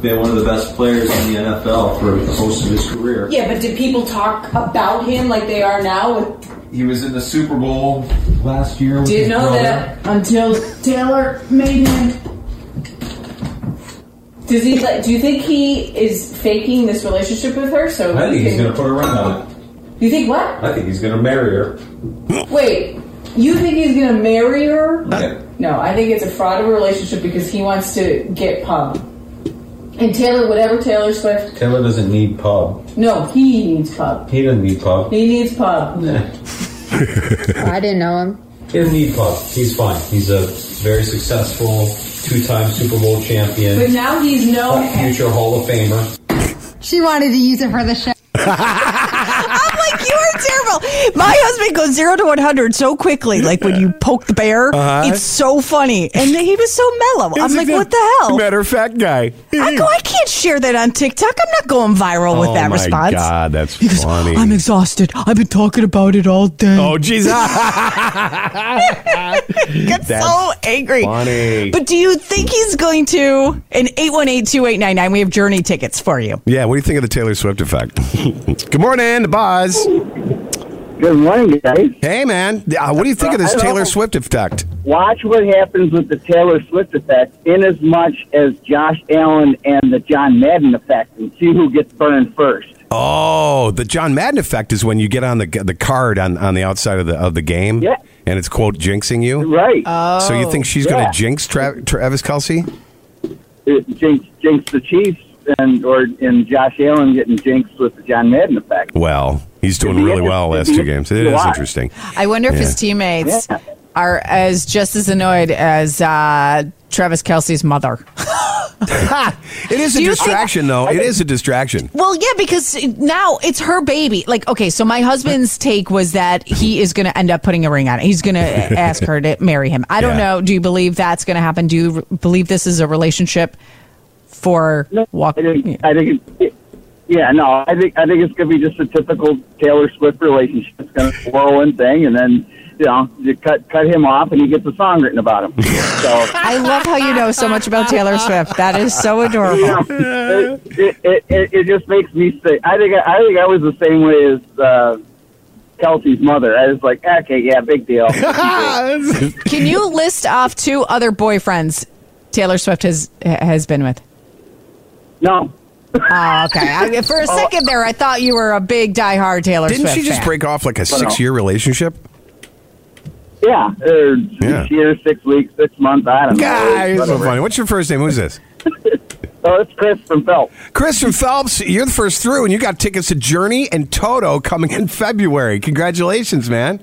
F: Been one of the best players in the NFL for most of his career.
R: Yeah, but did people talk about him like they are now?
F: He was in the Super Bowl last year. With
R: Didn't
F: his
R: know
F: brother.
R: that until Taylor made him. Does he? like- Do you think he is faking this relationship with her? So
F: I
R: he
F: think he's
R: can-
F: going to put a ring on it.
R: You think what?
F: I think he's going to marry her.
R: Wait, you think he's gonna marry her?
F: Yeah.
R: No, I think it's a fraud of a relationship because he wants to get pub. And Taylor, whatever Taylor Swift,
F: Taylor doesn't need pub.
R: no, he needs pub.
F: He doesn't need pub.
R: He needs pub.
O: I didn't know him.
F: He doesn't need pub. He's fine. He's a very successful two-time Super Bowl champion,
O: But now he's no-
F: future Hall of Famer.
O: She wanted to use it for the show.
C: I'm like, you are terrible. My husband goes zero to 100 so quickly. Like when you poke the bear,
B: Uh-huh.
C: it's so funny. And he was so mellow. I'm
B: He's
C: like,
B: a
C: what the hell?
B: Matter of fact, guy.
C: I go, I can't share that on TikTok. I'm not going viral with
B: oh
C: that
B: my
C: response.
B: God, that's funny.
C: I'm exhausted. I've been talking about it all day.
B: Oh, jeez.
C: Gets
B: That's
C: so angry.
B: funny.
C: But do you think he's going to? An 818-2899, we have journey tickets for you.
B: yeah, what do you think of the Taylor Swift effect? Good morning, the Buzz.
S: Good morning, guys.
B: Hey, man. Uh, what do you think of this
S: Hello.
B: Taylor Swift effect?
S: Watch what happens with the Taylor Swift effect, in as much as Josh Allen and the John Madden effect, and see who gets burned first.
B: Oh, the John Madden effect is when you get on the the card on, on the outside of the of the game, yeah. and it's quote jinxing you,
S: Right. Oh,
B: So you think she's going
S: Yeah.
B: to jinx Tra- Travis Kelsey?
S: It Uh, jinx, jinx the Chiefs and or and Josh Allen getting jinxed with the John Madden effect.
B: Well, he's doing really well last two games. It is interesting.
C: I wonder if
B: Yeah.
C: his teammates are as just as annoyed as uh, Travis Kelsey's mother.
B: It is a
C: Do you think-
B: distraction, though. It is a distraction.
C: Well, yeah, because now it's her baby. Like, okay, so my husband's take was that he is going to end up putting a ring on it. He's going to ask her to marry him. I don't
B: Yeah.
C: know. Do you believe that's going to happen? Do you r- believe this is a relationship for walk?
S: I think, it, yeah, no, I think I think it's gonna be just a typical Taylor Swift relationship. It's gonna be a whirlwind thing, and then you know you cut cut him off, and he gets a song written about him. So
C: I love how you know so much about Taylor Swift. That is so adorable.
S: it, it, it, it just makes me say. I think I, think I was the same way as uh, Kelsey's mother. I was like, okay, yeah, big deal.
C: Can you list off two other boyfriends Taylor Swift has has been with?
S: No.
C: Oh, okay. I, for a second there, I thought you were a big diehard Taylor
B: Didn't
C: Swift
B: she just
C: fan.
B: break off like a
S: Well, no.
B: six year relationship?
S: yeah, or
B: Yeah.
S: six years, six weeks, six months. I don't
B: Guys,
S: know.
B: so
S: Whatever.
B: funny. What's your first name? Who's this?
S: Oh, it's Chris from Phelps.
B: Chris from Phelps, you're the first through, and you got tickets to Journey and Toto coming in February. Congratulations, man.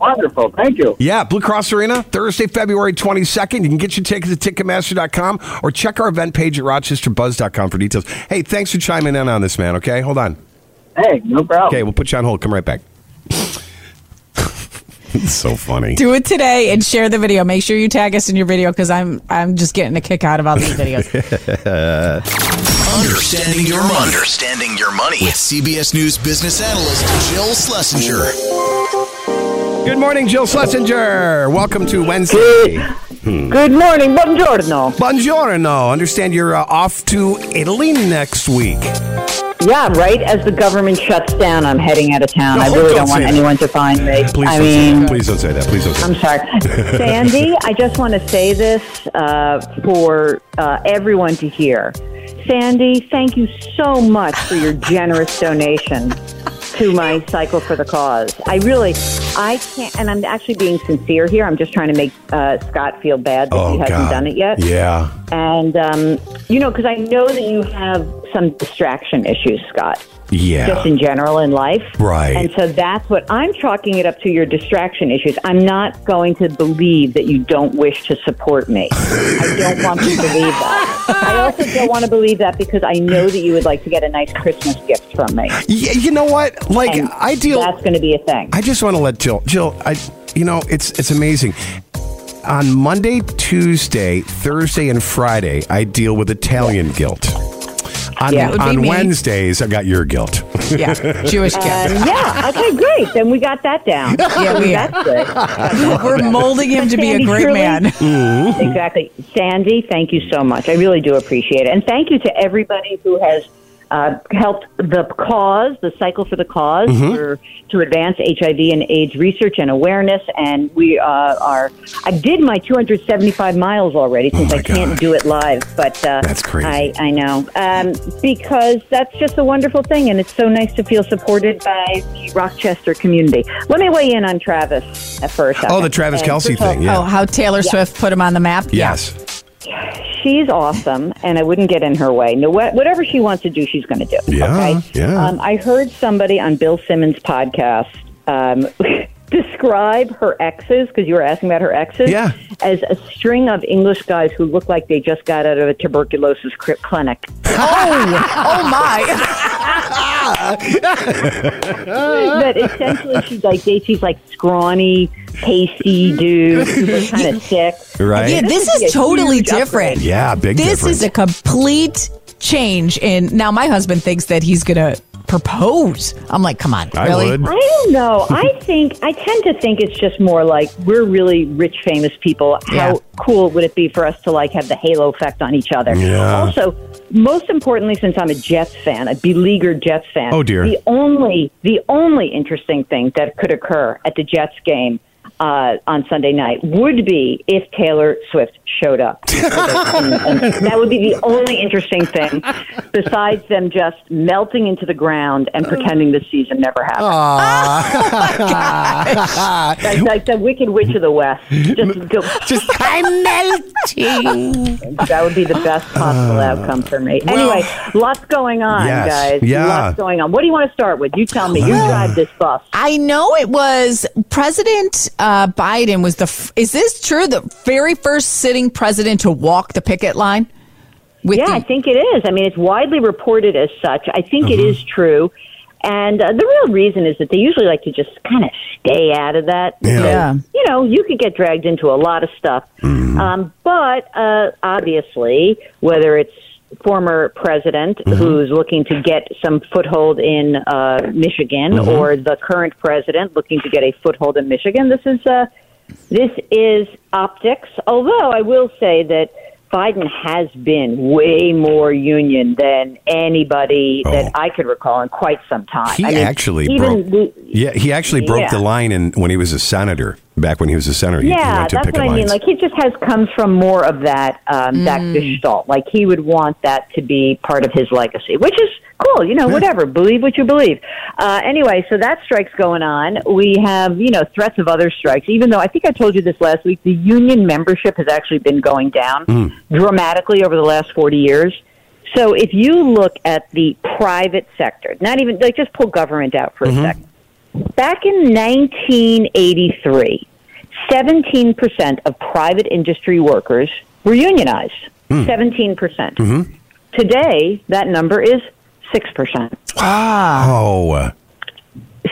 S: Wonderful. Thank you.
B: Yeah, Blue Cross Arena, Thursday, February 22nd. You can get your tickets at Ticketmaster.com or check our event page at RochesterBuzz.com for details. Hey, thanks for chiming in on this, man, okay? Hold on.
S: Hey, no problem.
B: Okay, we'll put you on hold. Come right back. it's so funny.
C: Do it today and share the video. Make sure you tag us in your video because I'm I'm just getting a kick out of all these videos.
A: Understanding your money. Understanding your money. With CBS News business analyst Jill Schlesinger.
B: Good morning, Jill Schlesinger. Welcome to Wednesday. Good
T: morning. Buongiorno.
B: Buongiorno. Understand you're uh, off to Italy next week.
T: Yeah, right as the government shuts down, I'm heading out of town.
B: No,
T: I really
B: don't
T: don't want
B: say that.
T: anyone to find me.
B: Please
T: I
B: don't say
T: mean,
B: that. Please don't say that. Please don't say
T: I'm sorry. Sandy, I just want to say this uh, for uh, everyone to hear. Sandy, thank you so much for your generous donation to my Cycle for the Cause. I really, I can't, and I'm actually being sincere here. I'm just trying to make uh, Scott feel bad that
B: Oh,
T: he hasn't
B: God.
T: done it yet.
B: Yeah.
T: And, um, you know, because I know that you have some distraction issues, Scott.
B: Yeah.
T: Just in general in life.
B: Right.
T: And so that's what I'm chalking it up to your distraction issues. I'm not going to believe that you don't wish to support me. I don't want to believe that. I also don't want to believe that because I know that you would like to get a nice Christmas gift from me.
B: Yeah, you know what? Like I deal.
T: That's going to be a thing.
B: I just want to let Jill. Jill, I. You know, it's it's amazing. On Monday, Tuesday, Thursday, and Friday, I deal with Italian guilt. On,
T: Yeah, it would be
B: on
T: me.
B: Wednesdays, I got your guilt.
T: Um, yeah. Okay. Great. Then we got that down.
C: Yeah, we are.
T: That's good.
C: We're molding him
T: But
C: to be a
T: Sandy,
C: great
T: truly-
C: man.
B: Mm-hmm.
T: Exactly. Sandy, thank you so much. I really do appreciate it. And thank you to everybody who has uh, helped the cause, the Cycle for the because
B: Mm-hmm.
U: Mhm.
T: for, to advance HIV and AIDS research and awareness. And we uh, are, I did my 275 miles already
B: Oh,
T: since I can't do it live. But uh, that's
B: crazy.
T: I, I know. Um, because that's just a wonderful thing. And it's so nice to feel supported by the Rochester community. Let me weigh in on Travis at first.
B: Oh, the Travis Kelce thing, yeah. Oh,
T: how
C: Taylor Swift put him on the map.
B: Yes.
T: She's awesome, and I wouldn't get in her way. No, wha- whatever she wants to do, she's going to do.
B: Yeah,
T: Okay?
B: yeah.
T: Um, I heard somebody on Bill Simmons' podcast um, describe her exes, because you were asking about her exes, yeah. as a string of English guys who look like they just got out of a tuberculosis cri- clinic.
C: oh my.
T: but essentially, she's like she's like scrawny, pasty dude, kind of sick.
B: Right.
C: Yeah, this
T: would be
C: is
T: a
C: totally
T: huge upgrade.
C: different.
B: Yeah, big
C: This
B: difference.
C: is a complete change in. Now, my husband thinks that he's going to propose. I'm like, come on, really?
T: I don't know. I think I tend to think it's just more like we're really rich, famous people. How
C: Yeah.
T: cool would it be for us to like have the halo effect on each other?
B: Yeah.
T: Also, most importantly, since I'm a Jets fan, a beleaguered Jets fan.
B: Oh, dear.
T: The only the only interesting thing that could occur at the Jets game. Uh, on Sunday night would be if Taylor Swift showed up. And- and that would be the only interesting thing besides them just melting into the ground and
B: Oh,
T: pretending the season never happened. like, like the Wicked Witch of the West. Just, go, just I'm melting. That would be the best possible outcome for me. Anyway, lots going on,
C: Yes.
T: guys.
C: Yeah.
T: Lots going on. What do you want to start with? You tell me. You drive this bus.
C: I know it was President uh, Biden was the. F- is this true? The very first sitting president to walk the picket line.
T: yeah, I think it is. I mean, it's widely reported as such. I think
G: Uh-huh.
T: it is true. And uh, the real reason is that they usually like to just kind of stay out of that.
G: Yeah. Yeah. Mm.
T: You know, you could get dragged into a lot of stuff. Um, but uh, obviously, whether it's former president
G: Mm-hmm.
T: who's looking to get some foothold in uh, Michigan
G: Mhm.
T: or the current president looking to get a foothold in Michigan, this is uh, this is optics. Although I will say that Biden has been way more union than anybody that I could recall in quite some time.
B: Oh. He
T: I mean,
B: actually
T: even
B: broke.
T: the-
B: yeah, he actually broke
T: Yeah.
B: the line in, when he was a senator. Back when he was a senator, he- he,
T: yeah,
B: went to
T: that's
B: picket
T: what I mean.
B: lines.
T: Like he just has comes from more of that um, that gestalt. Like he would want that to be part of his legacy, which is cool. You know, whatever. Believe what you believe. Uh, anyway, so that strike's going on. We have you know threats of other strikes. Even though I think I told you this last week, the union membership has actually been going down
G: Mm.
T: dramatically over the last forty years. So if you look at the private sector, not even like just pull government out for
B: Mm-hmm.
T: a second. Back in 1983, 17% of private industry workers were unionized. 17%. percent Today, that number is 6%.
D: Ah.
B: Wow.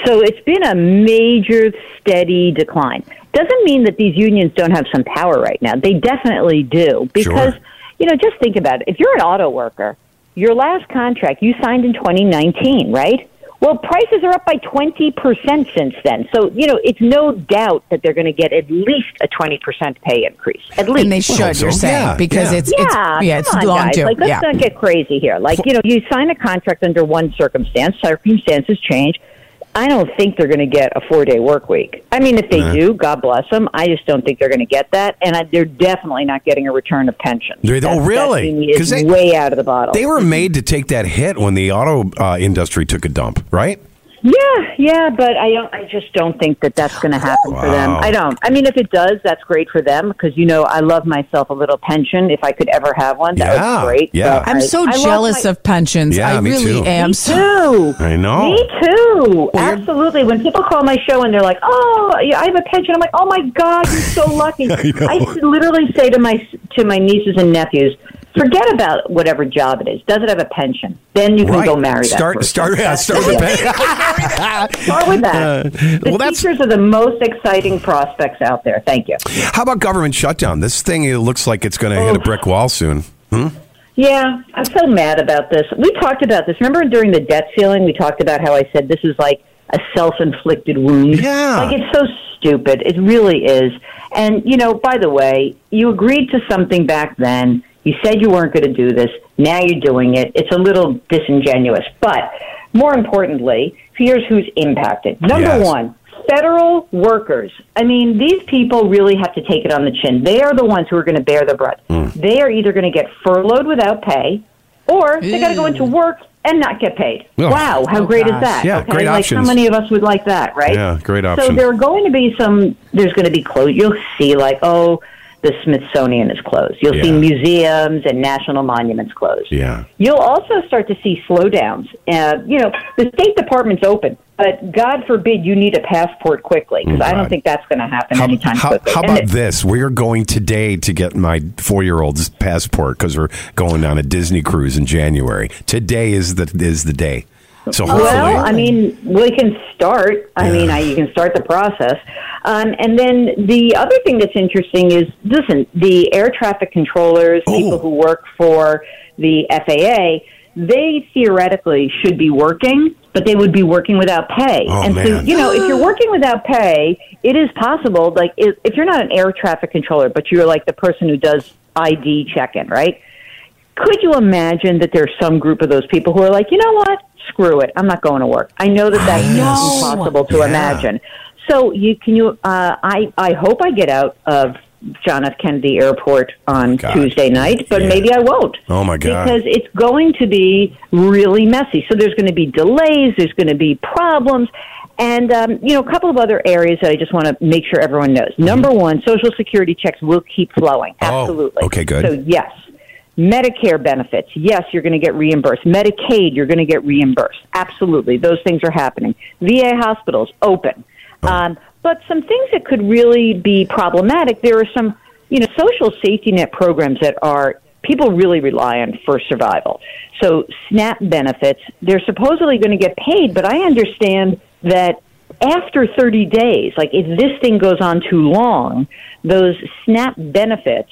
T: So it's been a major, steady decline. Doesn't mean that these unions don't have some power right now. They definitely do. Because, you know, just think about it. If you're an auto worker, your last contract you signed in 2019, right? Well, prices are up by 20% since then. So, you know, it's no doubt that they're going to get at least a 20% pay increase. At least.
C: And they should, Well, so- you're saying, yeah, because yeah. it's- it's- yeah, it's
T: come on,
C: long
T: guys.
C: due,
T: Like, let's
C: yeah.
T: not get crazy here. Like, you know, you sign a contract under one circumstance, circumstances change. I don't think they're going to get a four day work week. I mean, if they
B: Nah.
T: do, God bless them. I just don't think they're going to get that. And I, they're definitely not getting a return of pension.
B: They-
T: That-
B: oh,
T: that
B: really?
T: thing is
B: 'Cause they-
T: way out of the bottle.
B: They were made to take that hit when the auto uh, industry took a dump, right?
T: Yeah, yeah, but I don't. I just don't think that that's going to happen for them.
B: Wow.
T: I don't. I mean, if it does, that's great for them because you know I love myself a little pension. If I could ever have one, that
B: Yeah,
T: would be great.
B: yeah.
T: But
C: I'm
T: I-
C: so
T: I love
C: jealous
T: my-
C: of pensions.
B: Yeah,
C: I
B: me
C: really
B: too.
C: am.
B: Me
T: too.
B: I know.
T: Me too. Absolutely. When people call my show and they're like, "Oh, yeah, I have a pension," I'm like, "Oh my God, you're so lucky."
G: I know.
T: I literally say to my to my nieces and nephews, "Forget about whatever job it is. Does it have a pension? Then you can
B: Right.
T: go marry that
B: Start-
T: person."
B: start- yeah,
T: That's-
B: start with the
T: start with that.
B: Uh,
T: the
B: well, that's-
T: teachers are the most exciting prospects out there. Thank you.
B: How about government shutdown? This thing it looks like it's going to
T: Oh.
B: hit a brick wall soon. Hmm?
T: Yeah, I'm so mad about this. We talked about this. Remember during the debt ceiling, we talked about how I said this is like a self inflicted wound?
G: Yeah.
T: Like it's so stupid. It really is. And, you know, by the way, you agreed to something back then. You said you weren't going to do this. Now you're doing it. It's a little disingenuous. But more importantly, here's who's impacted. Number
G: Yes.
T: one, federal workers. I mean, these people really have to take it on the chin. They are the ones who are going to bear the brunt. They are either going to get furloughed without pay, or they got to go into work and not get paid.
B: Ugh.
T: Wow, how
B: Oh,
T: great
B: gosh.
T: is that?
B: Yeah,
T: okay?
B: great
T: like
B: options.
T: How many of us would like that, right?
B: Yeah, great
T: So
B: option.
T: there are going to be some. There's going to be close. You'll see, like, oh, the Smithsonian is closed. You'll see
G: Yeah.
T: museums and national monuments closed.
B: Yeah.
T: You'll also start to see slowdowns. Uh, you know, the State Department's open. But God forbid you need a passport quickly because I don't think that's going to happen anytime
B: Mm, How,
T: quickly.
B: how
T: And
B: about
T: it-
B: this? We're going today to get my four year old's passport because we're going on a Disney cruise in January. Today is the is the day. So hopefully,
T: Well, I mean, we can start. I mean, I, you can start the process. Um, and then the other thing that's interesting is listen, the air traffic controllers,
B: Oh.
T: people who work for the FAA, they theoretically should be working, but they would be working without pay.
B: Oh,
T: and so,
D: man.
T: you know, if you're working without pay, it is possible, like, if, if you're not an air traffic controller, but you're like the person who does ID check in, right? could you imagine that there's some group of those people who are like, you know what? Screw it. I'm not going to work. I know that that's impossible to imagine. So you can you uh, I I hope I get out of John F. Kennedy Airport on Tuesday night, but maybe I won't.
B: Oh my God.
T: Because it's going to be really messy. So there's going to be delays, there's going to be problems. And, um, you know, a couple of other areas that I just want to make sure everyone knows.
B: Mm-hmm.
T: Number one, Social Security checks will keep flowing. Absolutely.
B: Oh, okay, good.
T: So, yes. Medicare benefits, yes, you're going to get reimbursed. Medicaid, you're going to get reimbursed. Absolutely. Those things are happening. VA hospitals, open. Um, but some things that could really be problematic, there are some, you know, social safety net programs that are people really rely on for survival. So SNAP benefits, they're supposedly going to get paid, but I understand that after 30 days, like if this thing goes on too long, those SNAP benefits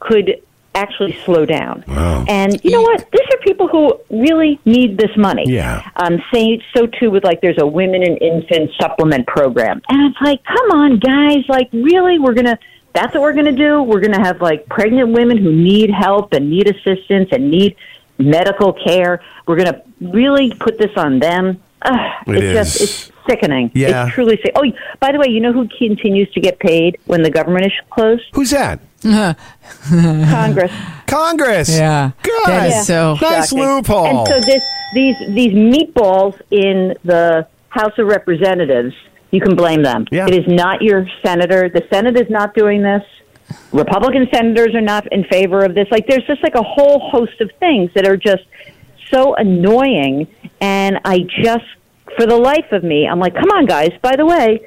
T: could actually slow down. And you know what? These are people who really need this money.
B: Yeah.
T: Um, say, so too with like there's a women and infant supplement program. And it's like, come on, guys, like really we're gonna that's what we're gonna do. We're gonna have like pregnant women who need help and need assistance and need medical care. We're gonna really put this on them. Ugh,
B: It
T: it's just
B: is.
T: it's sickening.
B: Yeah.
T: It's truly sick. Oh, by the way, you know who continues to get paid when the government is closed?
B: Who's that?
T: Congress.
B: Congress.
T: Yeah.
B: Good. That is so- Nice loophole.
T: And so this these these meatballs in the House of Representatives, you can blame them. It is not your senator. The Senate is not doing this. Republican senators are not in favor of this. Like there's just like a whole host of things that are just so annoying and I just for the life of me, I'm like, come on guys, by the way,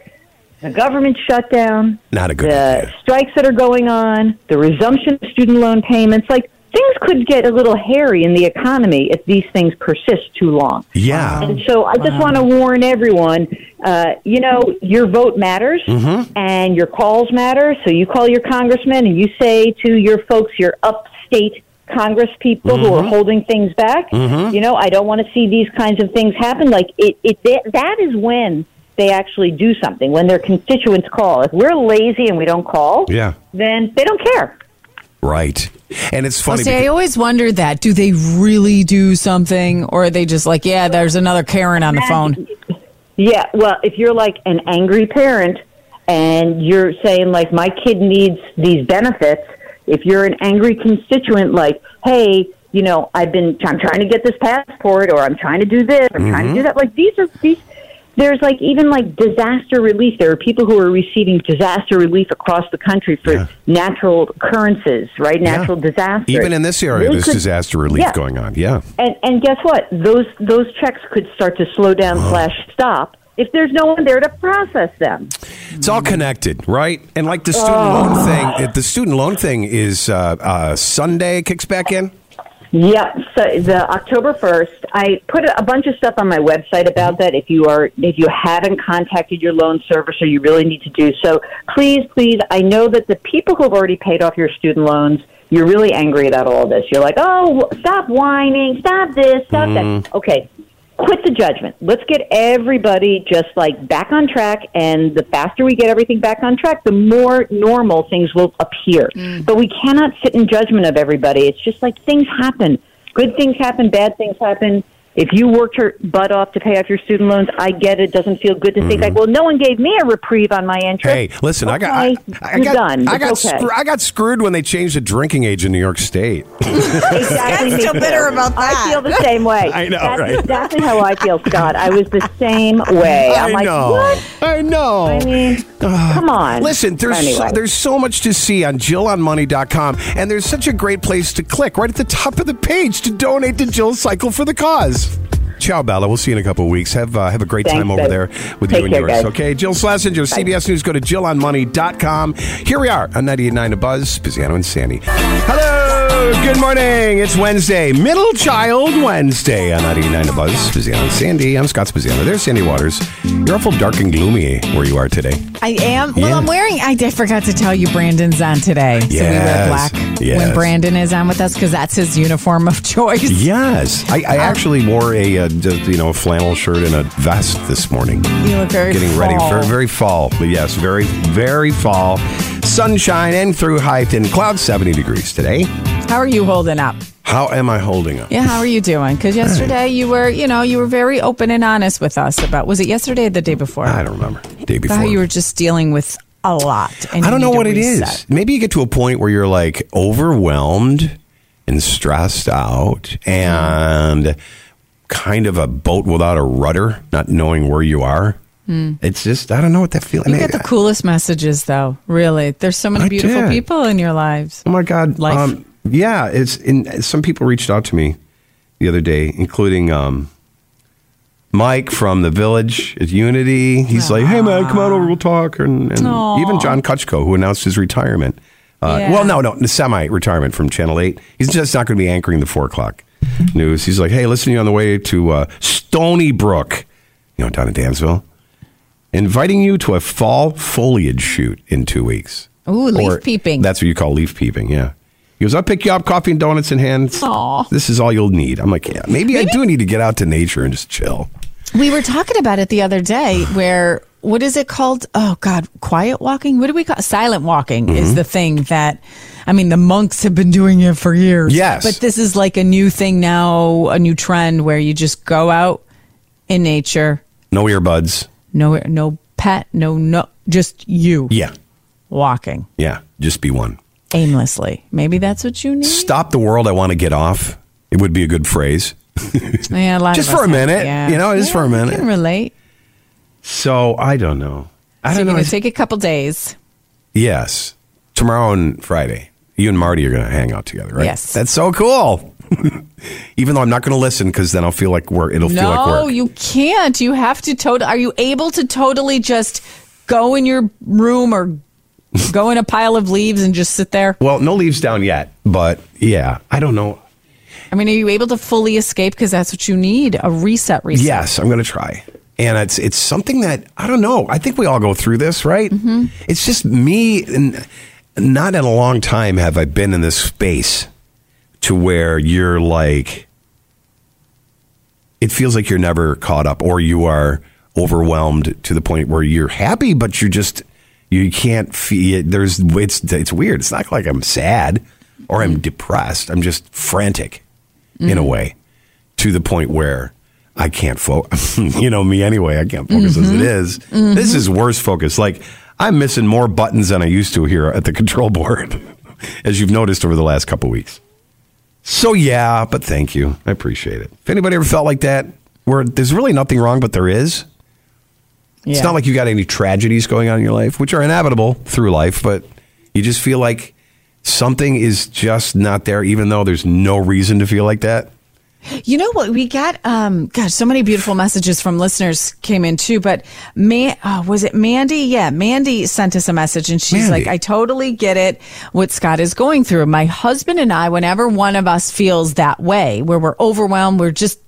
T: the government shutdown,
B: not a good
T: the strikes that are going on, the resumption of student loan payments, like things could get a little hairy in the economy if these things persist too long.
B: Yeah.
T: And so I just want to warn everyone, uh, you know, your vote matters
B: Mm-hmm.
T: and your calls matter. So you call your congressman and you say to your folks, your upstate Congress people who are
U: Mhm.
T: holding things back,
U: Mhm.
T: you know, I don't want to see these kinds of things happen. Like it, it that, that is when they actually do something, when their constituents call. If we're lazy and we don't call,
B: Yeah.
T: then they don't care.
B: Right. And it's funny.
C: Well, see, I always wondered that. Do they really do something, or are they just like, yeah, there's another Karen on the phone?
T: Yeah, well, if you're like an angry parent and you're saying like my kid needs these benefits, if you're an angry constituent like, "Hey, you know, I've been I'm trying to get this passport or I'm trying to do this, I'm trying to
B: Mm-hmm.
T: do that." Like these are these there's like even like disaster relief. There are people who are receiving disaster relief across the country for natural occurrences, right? Natural disasters.
B: Even in this area,
T: Those
B: there's
T: could-
B: disaster relief
T: Yeah.
B: going on. Yeah.
T: And and guess what? Those those checks could start to slow down slash stop if there's no one there to process them.
B: It's
T: Mm-hmm.
B: all connected, right? And like the student
T: Oh.
B: loan thing, it- the student loan thing is uh, uh, Sunday it kicks back in.
T: Yep. So the October first, I put a a bunch of stuff on my website about that. If you are if you haven't contacted your loan servicer, you really need to do so. Please, please. I know that the people who have already paid off your student loans, you're really angry about all this. You're like, oh, stop whining, stop this, stop
V: Mm.
T: that. Okay. Quit the judgment. Let's get everybody just like back on track. And the faster we get everything back on track, the more normal things will appear. But we cannot sit in judgment of everybody. It's just like things happen. Good things happen, bad things happen. If you worked your butt off to pay off your student loans, I get it. It doesn't feel good to think like, well, no one gave me a reprieve on my interest.
B: Mm-hmm. Hey, listen, I got,
T: Okay,
B: I, I
T: you're
B: got,
T: done.
B: I
T: It's
B: got,
T: okay.
B: screw- I got screwed when they changed the drinking age in New York State.
T: exactly.
C: I'm
T: me
C: still
T: too.
C: bitter about that.
T: I feel the same way.
B: I know,
T: That's
B: right?
T: exactly how I feel, Scott. I was the same way. I'm
B: I
T: like,
B: know.
T: what?
B: I know.
T: I mean, come on.
B: Listen, there's so,
T: anyway.
B: there's so much to see on JillOnMoney.com, and there's such a great place to click right at the top of the page to donate to Jill's Cycle for the Cause. Ciao, Bella. We'll see you in a couple of weeks. Have uh, have a great
D: Thanks,
B: time over
D: guys.
B: there with
D: Take
B: you and
D: care,
B: yours.
D: guys.
B: Okay, Jill Schlesinger, CBS News. Go to jillonmoney.com. Here we are on 98.9 The Buzz, Pisano and Sandy. Hello. Good morning. It's Wednesday, Middle Child Wednesday on 98.9 The Buzz, Pisano and Sandy. I'm Scott Pisano. There's Sandy Waters. You're awful dark and gloomy where you are today.
C: I am. Well,
B: Yeah.
C: I'm wearing. I, I forgot to tell you, Brandon's on today. So we wear
B: Yes.
C: black
B: Yes.
C: when Brandon is on with us because that's his uniform of choice.
B: Yes, I, I actually wore a uh, just, you know a flannel shirt and a vest this morning.
C: You look very
B: getting ready
C: fall.
B: for very fall. But yes, very very fall, sunshine and through high thin clouds, seventy degrees today.
C: How are you holding up?
B: How am I holding up?
C: Yeah, how are you doing? Because yesterday you were, you know, you were very open and honest with us about. Was it yesterday or the day before? I
B: don't remember. Day
C: How
B: before.
C: you were just dealing with a lot. And
B: I
C: you
B: don't know
C: need to
B: what it
C: reset.
B: is. Maybe you get to a point where you're like overwhelmed and stressed out and kind of a boat without a rudder, not knowing where you are.
C: Hmm.
B: It's just I don't know what that feeling.
C: You get the coolest messages, though. Really, there's so many
B: I
C: beautiful
B: did.
C: people in your lives.
B: Oh my God,
C: life.
B: Um, yeah, it's in. Some people reached out to me the other day, including um, Mike from the Village at Unity. He's like, "Hey man, come on over, we'll talk." And, and
U: Aw.
B: even John Kutchko, who announced his retirement. Uh,
U: Yeah.
B: Well, no, no, semi-retirement from Channel Eight. He's just not going to be anchoring the four o'clock news. He's like, "Hey, listen to you on the way to uh, Stony Brook, you know, down in Dansville." Inviting you to a fall foliage shoot in two weeks.
C: Ooh, leaf peeping.
B: That's what you call leaf peeping, yeah. He goes, I'll pick you up, coffee and donuts in hand.
C: Aw.
B: This is all you'll need. I'm like, yeah, maybe, I do need to get out to nature and just chill.
C: We were talking about it the other day where what is it called? Oh God, quiet walking? What do we call silent walking is
B: Mhm.
C: the thing that I mean the monks have been doing it for years.
B: Yes.
C: But this is like a new thing now, a new trend where you just go out in nature,
B: No earbuds.
C: no no pet, no no just you.
B: Yeah.
C: Walking
B: Yeah, just be one.
C: aimlessly. Maybe that's what you need.
B: Stop the world. I want to get off. It would be a good phrase.
C: Yeah, a lot
B: Just
C: of
B: for
C: us
B: a
C: have-
B: minute,
C: yeah.
B: you know, just
C: Yeah,
B: for a
C: we
B: minute.
C: can relate.
B: So I don't know. I
C: so
B: don't
C: you're
B: know.
C: gonna take a couple days.
B: yes. Tomorrow and Friday, you and Marty are going to hang out together, right?
C: Yes.
B: That's so cool. Even though I'm not going to listen because then I'll feel like work. It'll feel like
C: no,
B: work.
C: you can't. You have to total. Are you able to totally just go in your room or go in a pile of leaves and just sit there?
B: Well, no leaves down yet, but yeah, I don't know.
C: I mean, are you able to fully escape? Because that's what you need a reset, reset.
B: Yes, I'm going to try. And it's it's something that I don't know. I think we all go through this, right? It's just me. And not in a long time have I been in this space to where you're like, it feels like you're never caught up, or you are overwhelmed to the point where you're happy, but you're just you can't feel. There's it's it's weird. It's not like I'm sad or I'm depressed. I'm just frantic in a way to the point where I can't focus. you know me anyway. I can't focus as it is. This is worse focus. Like I'm missing more buttons than I used to here at the control board, as you've noticed over the last couple weeks. So yeah, but thank you. I appreciate it. If anybody ever felt like that, where there's really nothing wrong, but there is. It's
U: Yeah.
B: not like you got any tragedies going on in your life, which are inevitable through life, but you just feel like something is just not there, even though there's no reason to feel like that.
C: You know what? We got, um, gosh, so many beautiful messages from listeners came in too. But man, oh, was it Mandy? Yeah, Mandy sent us a message and she's like, I totally get it, what Scott is going through. My husband and I, whenever one of us feels that way, where we're overwhelmed, we're just,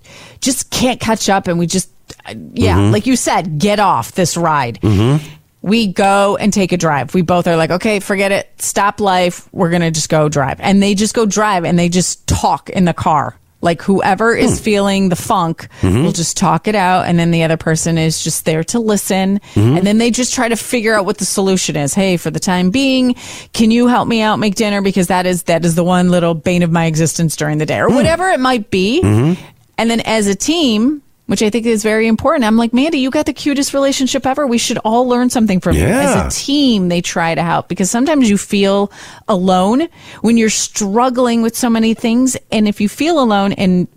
C: just can't catch up and we just, uh, yeah,
U: Mhm.
C: like you said, get off this ride.
U: Mm-hmm.
C: We go and take a drive. We both are like, okay, forget it. Stop life. We're going to just go drive. And they just go drive and they just talk in the car. Like whoever is feeling the funk
U: Mhm.
C: will just talk it out. And then the other person is just there to listen.
U: Mhm.
C: And then they just try to figure out what the solution is. Hey, for the time being, can you help me out make dinner? Because that is, that is the one little bane of my existence during the day
T: Hmm.
C: or whatever it might be.
B: Mm-hmm.
C: And then as a team, which I think is very important, I'm like, Mandy, you got the cutest relationship ever. We should all learn something from you.
U: Yeah.
C: As a team, they try to help because sometimes you feel alone when you're struggling with so many things. And if you feel alone and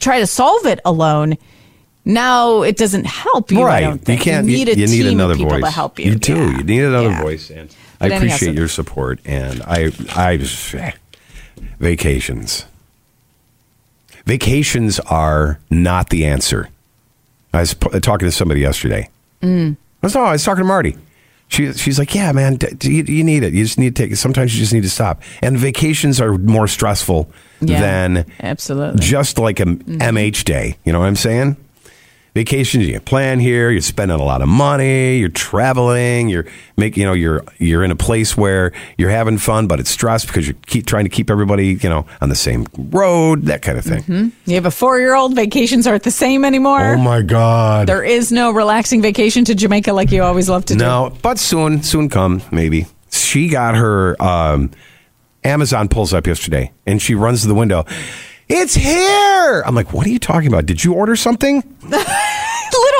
C: try to solve it alone, now it doesn't help you. I
B: right.
C: don't
B: you
C: think.
B: can't.
C: need a
B: you need
C: team
B: another
C: of people
B: voice
C: to help you.
B: do. You need another voice, and I
C: But anyhow,
B: appreciate
C: so-
B: your eh, support. And I, I just vacations. vacations are not the answer. I was p- talking to somebody yesterday.
G: Mm.
B: That's all. I was talking to Marty. She, she's like, yeah, man, d- d- you, you need it. You just need to take. Sometimes you just need to stop. And vacations are more stressful
C: Yeah,
B: than
C: absolutely Mm-hmm.
B: just like a MH day. You know what I'm saying? Vacations, you plan here. You're spending a lot of money. You're traveling. You're making, you know, you're you're in a place where you're having fun, but it's stressed because you're keep trying to keep everybody, you know, on the same road, that kind of thing. hmm
C: Mm-hmm. You have a four-year-old. Vacations aren't the same anymore.
B: Oh my God!
C: There is no relaxing vacation to Jamaica like you always love to do.
B: no, but soon, soon come, maybe. She got her um, Amazon pulls up yesterday and she runs to the window. It's here. I'm like, what are you talking about? Did you order something?
C: Little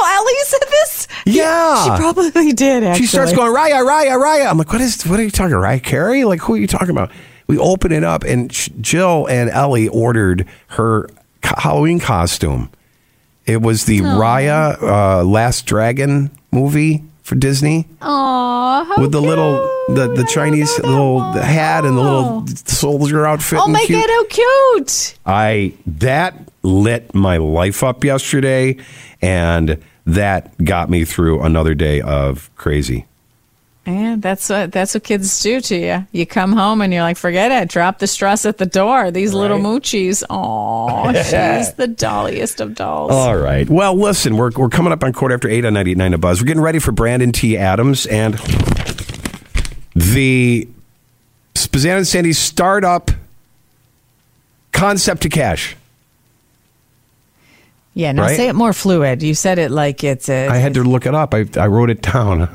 C: Ellie said this.
B: Yeah.
C: she probably did. Actually,
B: She starts going, Raya, Raya, Raya. I'm like, what is, what are you talking, Raya Carey? Like, who are you talking about? We open it up and sh- Jill and Ellie ordered her co- Halloween costume. It was the Raya uh, Last Dragon movie for Disney.
C: Aww, how
B: with the little the, the Chinese little hat and the little soldier outfit.
C: Oh
B: and
C: my
B: cute.
C: god, how cute!
B: I that lit my life up yesterday, and that got me through another day of crazy.
C: Yeah, that's what that's what kids do to you. You come home and you're like, forget it. Drop the stress at the door. These little moochies. Aw, she's the dolliest of dolls.
B: All right. Well, listen, we're, we're coming up on quarter after eight on 98.9 The Buzz. We're getting ready for Brandon T. Adams and the Spazana and Sandy startup concept to cash.
C: Yeah, now
B: Right?
C: say it more fluid. You said it like it's a
B: I had to look it up. I, I wrote it down.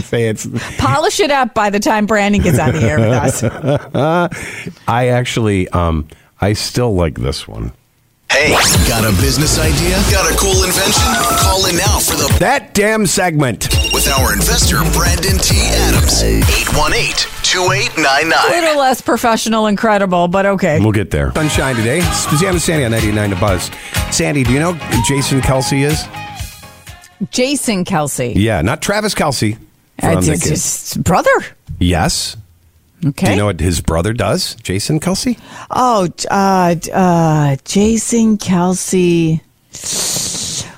B: Say it's
C: polish it up by the time Brandon gets on the air with us.
B: I actually, um, I still like this one.
A: Hey, got a business idea? Got a cool invention? Call in now for the
B: That damn segment.
A: with our investor Brandon T. Adams. 818-2899.
C: A little less professional and credible, but okay.
B: We'll get there. Sunshine today. Spazana and Sandy on 99 to Buzz. Sandy, do you know who Jason Kelsey is?
C: Jason Kelsey.
B: Yeah, not Travis Kelsey. from
C: That's
B: the
C: his-
B: Kiss.
C: his brother.
B: Yes.
C: Okay.
B: Do you know what his brother does? Jason Kelsey?
C: Oh, uh, uh, Jason Kelsey.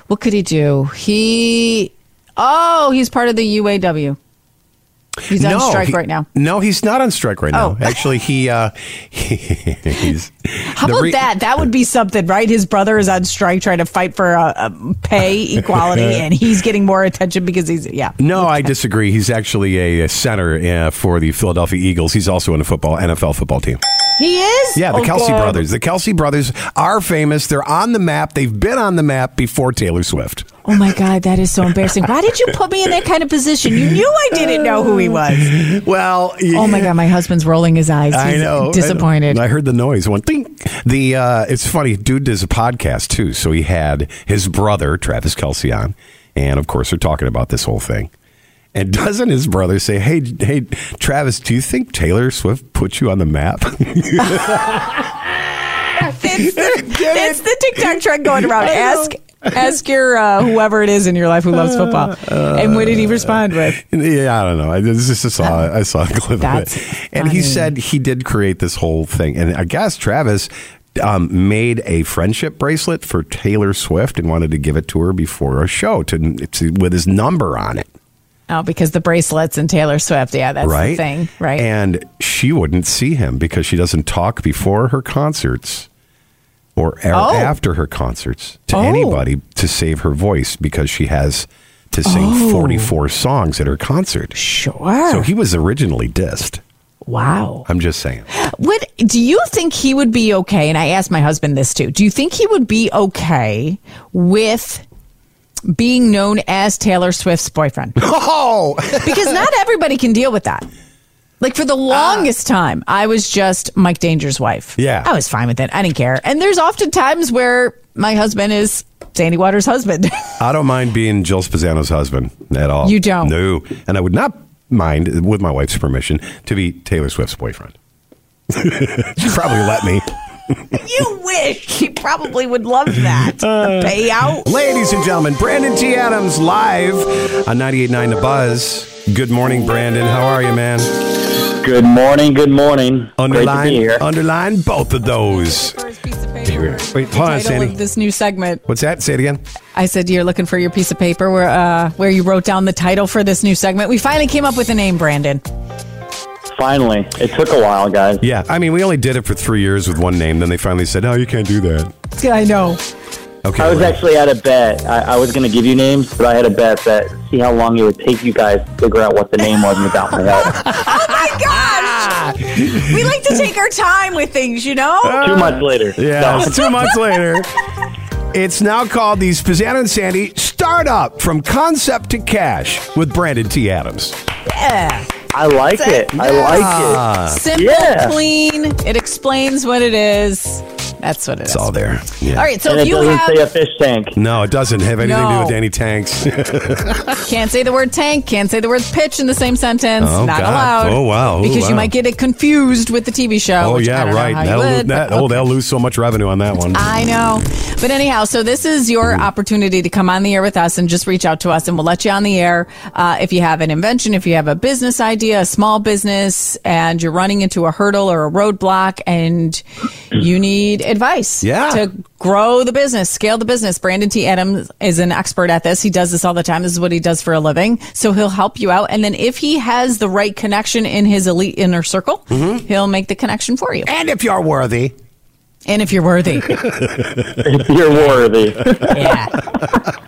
C: What could he do? He. Oh, he's part of the UAW. He's on strike
B: he-
C: right now.
B: No, he's not on strike right
C: Oh.
B: now. Actually, he, uh, he's.
C: How about that? That would be something, right? His brother is on strike trying to fight for uh, uh, pay equality, and he's getting more attention because he's, yeah.
B: No, I disagree. He's actually a, a center uh, for the Philadelphia Eagles. He's also in a football NFL football team.
C: He is?
B: Yeah, the
C: Oh,
B: Kelsey
C: God.
B: brothers. The Kelsey brothers are famous. They're on the map. They've been on the map before Taylor Swift.
C: Oh, my God. That is so embarrassing. Why did you put me in that kind of position? You knew I didn't know who he was.
B: Well,
C: oh, my God. My husband's rolling his eyes. He's Disappointed.
B: I, heard the noise. One thing. The uh, it's funny. Dude does a podcast too, so he had his brother Travis Kelsey on, and of course they're talking about this whole thing. And doesn't his brother say, "Hey, hey, Travis, do you think Taylor Swift put you on the map?"
C: It's, it's the TikTok trend going around. Ask ask your uh, whoever it is in your life who loves football.
B: Uh.
C: and what did he respond with?
B: Yeah, I don't know. I just, just saw I saw a clip
C: That's
B: of it, and he
C: funny.
B: said he did create this whole thing, and I guess Travis um, made a friendship bracelet for Taylor Swift and wanted to give it to her before a show to, to with his number on it,
C: Oh, because the bracelets and Taylor Swift. Yeah, that's
B: right?
C: the thing, right?
B: And she wouldn't see him because she doesn't talk before her concerts or a-
C: Oh.
B: after her concerts to
C: Oh.
B: anybody to save her voice because she has to sing
C: Oh.
B: 44 songs at her concert.
C: Sure.
B: So he was originally dissed.
C: wow.
B: I'm just saying.
C: Would do you think he would be okay? And I asked my husband this too. Do you think he would be okay with being known as Taylor Swift's boyfriend?
B: Oh,
C: because not everybody can deal with that. Like for the longest time, I was just Mike Danger's wife.
B: Yeah.
C: I was fine with it. I didn't care. And there's often times where my husband is Sandy Waters' husband.
B: I don't mind being Jill Spazzano's husband at all.
C: You don't?
B: No. And I would not mind, with my wife's permission, to be Taylor Swift's boyfriend. She'd probably let me.
C: you wish. She probably would love that. The payout.
B: Ladies and gentlemen, Brandon T. Adams live on 98.9 The Buzz. Good morning, Brandon. How are you, man? Good morning. Good morning. Underline,
G: here.
B: underline both of those. There You're gonna- Wait, hold on,
C: title
B: Sandy.
C: of this new segment.
B: What's that? Say it again.
C: I said you're looking for your piece of paper where uh, where you wrote down the title for this new segment. We finally came up with a name, Brandon.
S: Finally, it took a while, guys.
B: Yeah, I mean, we only did it for three years with one name. Then they finally said, "No, you can't do that."
C: I know.
B: Okay.
S: I was
B: we're-
S: actually at a bet. I, I was going to give you names, but I had a bet that see how long it would take you guys to figure out what the name was without my help.
C: Oh we like to take our time with things, you know.
S: Two months later.
B: Yeah,
S: No.
B: two months later. It's now called the Spazzano and Sandy Startup from Concept to Cash with Brandon T. Adams.
C: Yeah.
S: I like it. I like
B: Ah.
S: it.
C: Simple,
S: yeah.
C: clean. It explains what it is. That's what it is.
B: It's all there. Yeah.
C: All right, so
S: and
C: if
S: it
C: you
S: doesn't
C: have-
S: say a fish tank.
B: No, it doesn't have anything to do
C: No.
B: with any tanks.
C: Can't say the word tank. Can't say the word pitch in the same sentence.
B: Oh,
C: Not
B: God.
C: allowed.
B: Oh, wow. Ooh,
C: Because
B: wow.
C: you might get it confused with the TV show.
B: oh
C: which I
B: yeah,
C: don't know
B: right.
C: how you
B: That'll, lo-
C: would, but
B: that, oh, they'll lose so much revenue on that one.
C: I know. But anyhow, so this is your opportunity to come on the air with us and just reach out to us and we'll let you on the air. Uh, if you have an invention, if you have a business idea, a small business, and you're running into a hurdle or a roadblock and you need advice
G: Yeah.
C: to grow the business, scale the business. Brandon T. Adams is an expert at this. He does this all the time. This is what he does for a living. So he'll help you out. And then if he has the right connection in his elite inner circle, he'll make the connection for you.
B: And if you're worthy.
C: And if you're worthy.
S: If you're worthy.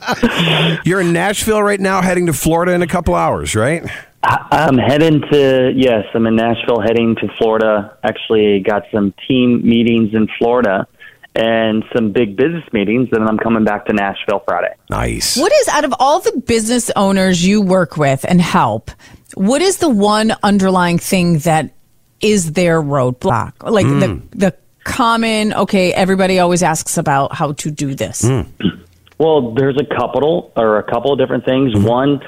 B: You're in Nashville right now, heading to Florida in a couple hours, right?
S: I'm heading to yes, I'm in Nashville, heading to Florida. Actually, got some team meetings in Florida and some big business meetings, and then I'm coming back to Nashville Friday.
B: Nice.
C: What is out of all the business owners you work with and help, what is the one underlying thing that is their roadblock? Like
B: Hmm.
C: the the common, okay, everybody always asks about how to do this.
B: Hmm.
S: Well, there's a couple or a couple of different things. One,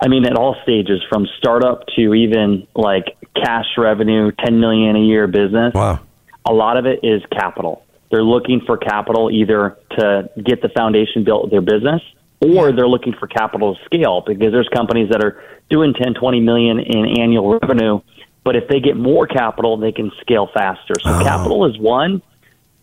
S: I mean, at all stages, from startup to even like cash revenue, ten million a year business.
B: Wow.
S: A lot of it is capital. They're looking for capital either to get the foundation built of their business or they're looking for capital to scale because there's companies that are doing 10, 20 million in annual revenue, but if they get more capital, they can scale faster. So capital is one.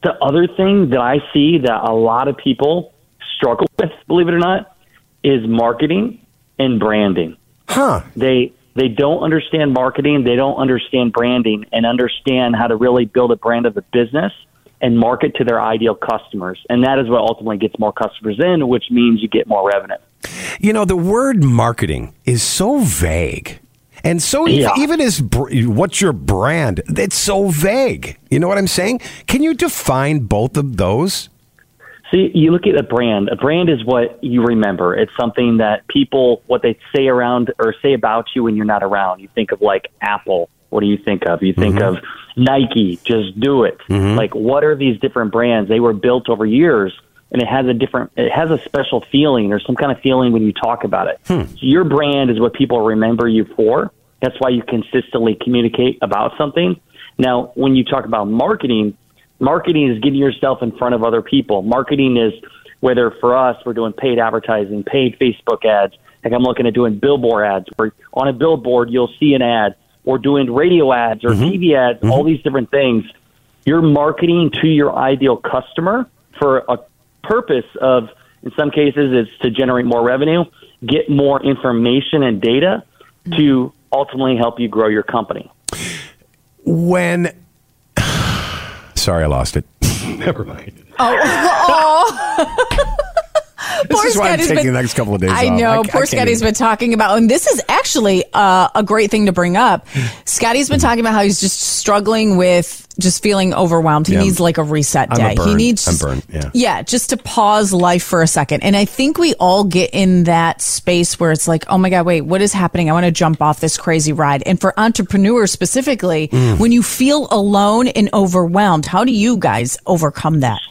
S: The other thing that I see that a lot of people struggle with, believe it or not, is marketing and branding.
B: Huh.
S: They they don't understand marketing, they don't understand branding and understand how to really build a brand of a business and market to their ideal customers. And that is what ultimately gets more customers in, which means you get more revenue.
B: You know, the word marketing is so vague. And so
S: Yeah.
B: even as br- what's your brand? It's so vague. You know what I'm saying? Can you define both of those?
S: See, you look at a brand. A brand is what you remember. It's something that people what they say around or say about you when you're not around. You think of like Apple. What do you think of? You think of Nike. Just do it. Like what are these different brands? They were built over years, and it has a different. It has a special feeling or some kind of feeling when you talk about it. So your brand is what people remember you for. That's why you consistently communicate about something. Now, when you talk about marketing, marketing is getting yourself in front of other people. Marketing is whether for us we're doing paid advertising, paid Facebook ads. Like I'm looking at doing billboard ads. Where on a billboard you'll see an ad, or doing radio ads or TV ads. All these different things. You're marketing to your ideal customer for a purpose of, in some cases, it's to generate more revenue, get more information and data to ultimately help you grow your company.
B: When Sorry, I lost it. Never mind.
C: Oh,
B: This
C: Poor
B: is why I'm
C: Scotty's
B: taking
C: been-
B: the next couple of days
C: I
B: off.
C: know.
B: I- I
C: poor
B: can't
C: Scotty's
B: even-
C: been talking about, and this is actually uh, a great thing to bring up. Scotty's
B: Hmm.
C: been talking about how he's just struggling with just feeling overwhelmed. He
B: Yeah.
C: needs like a reset
B: I'm a
C: day. He
B: burn.
C: needs.
B: I'm burned, yeah.
C: Yeah, just to pause life for a second. And I think we all get in that space where it's like, oh my God, wait, what is happening? I want to jump off this crazy ride. And for entrepreneurs specifically,
S: Mm.
C: when you feel alone and overwhelmed, how do you guys overcome that?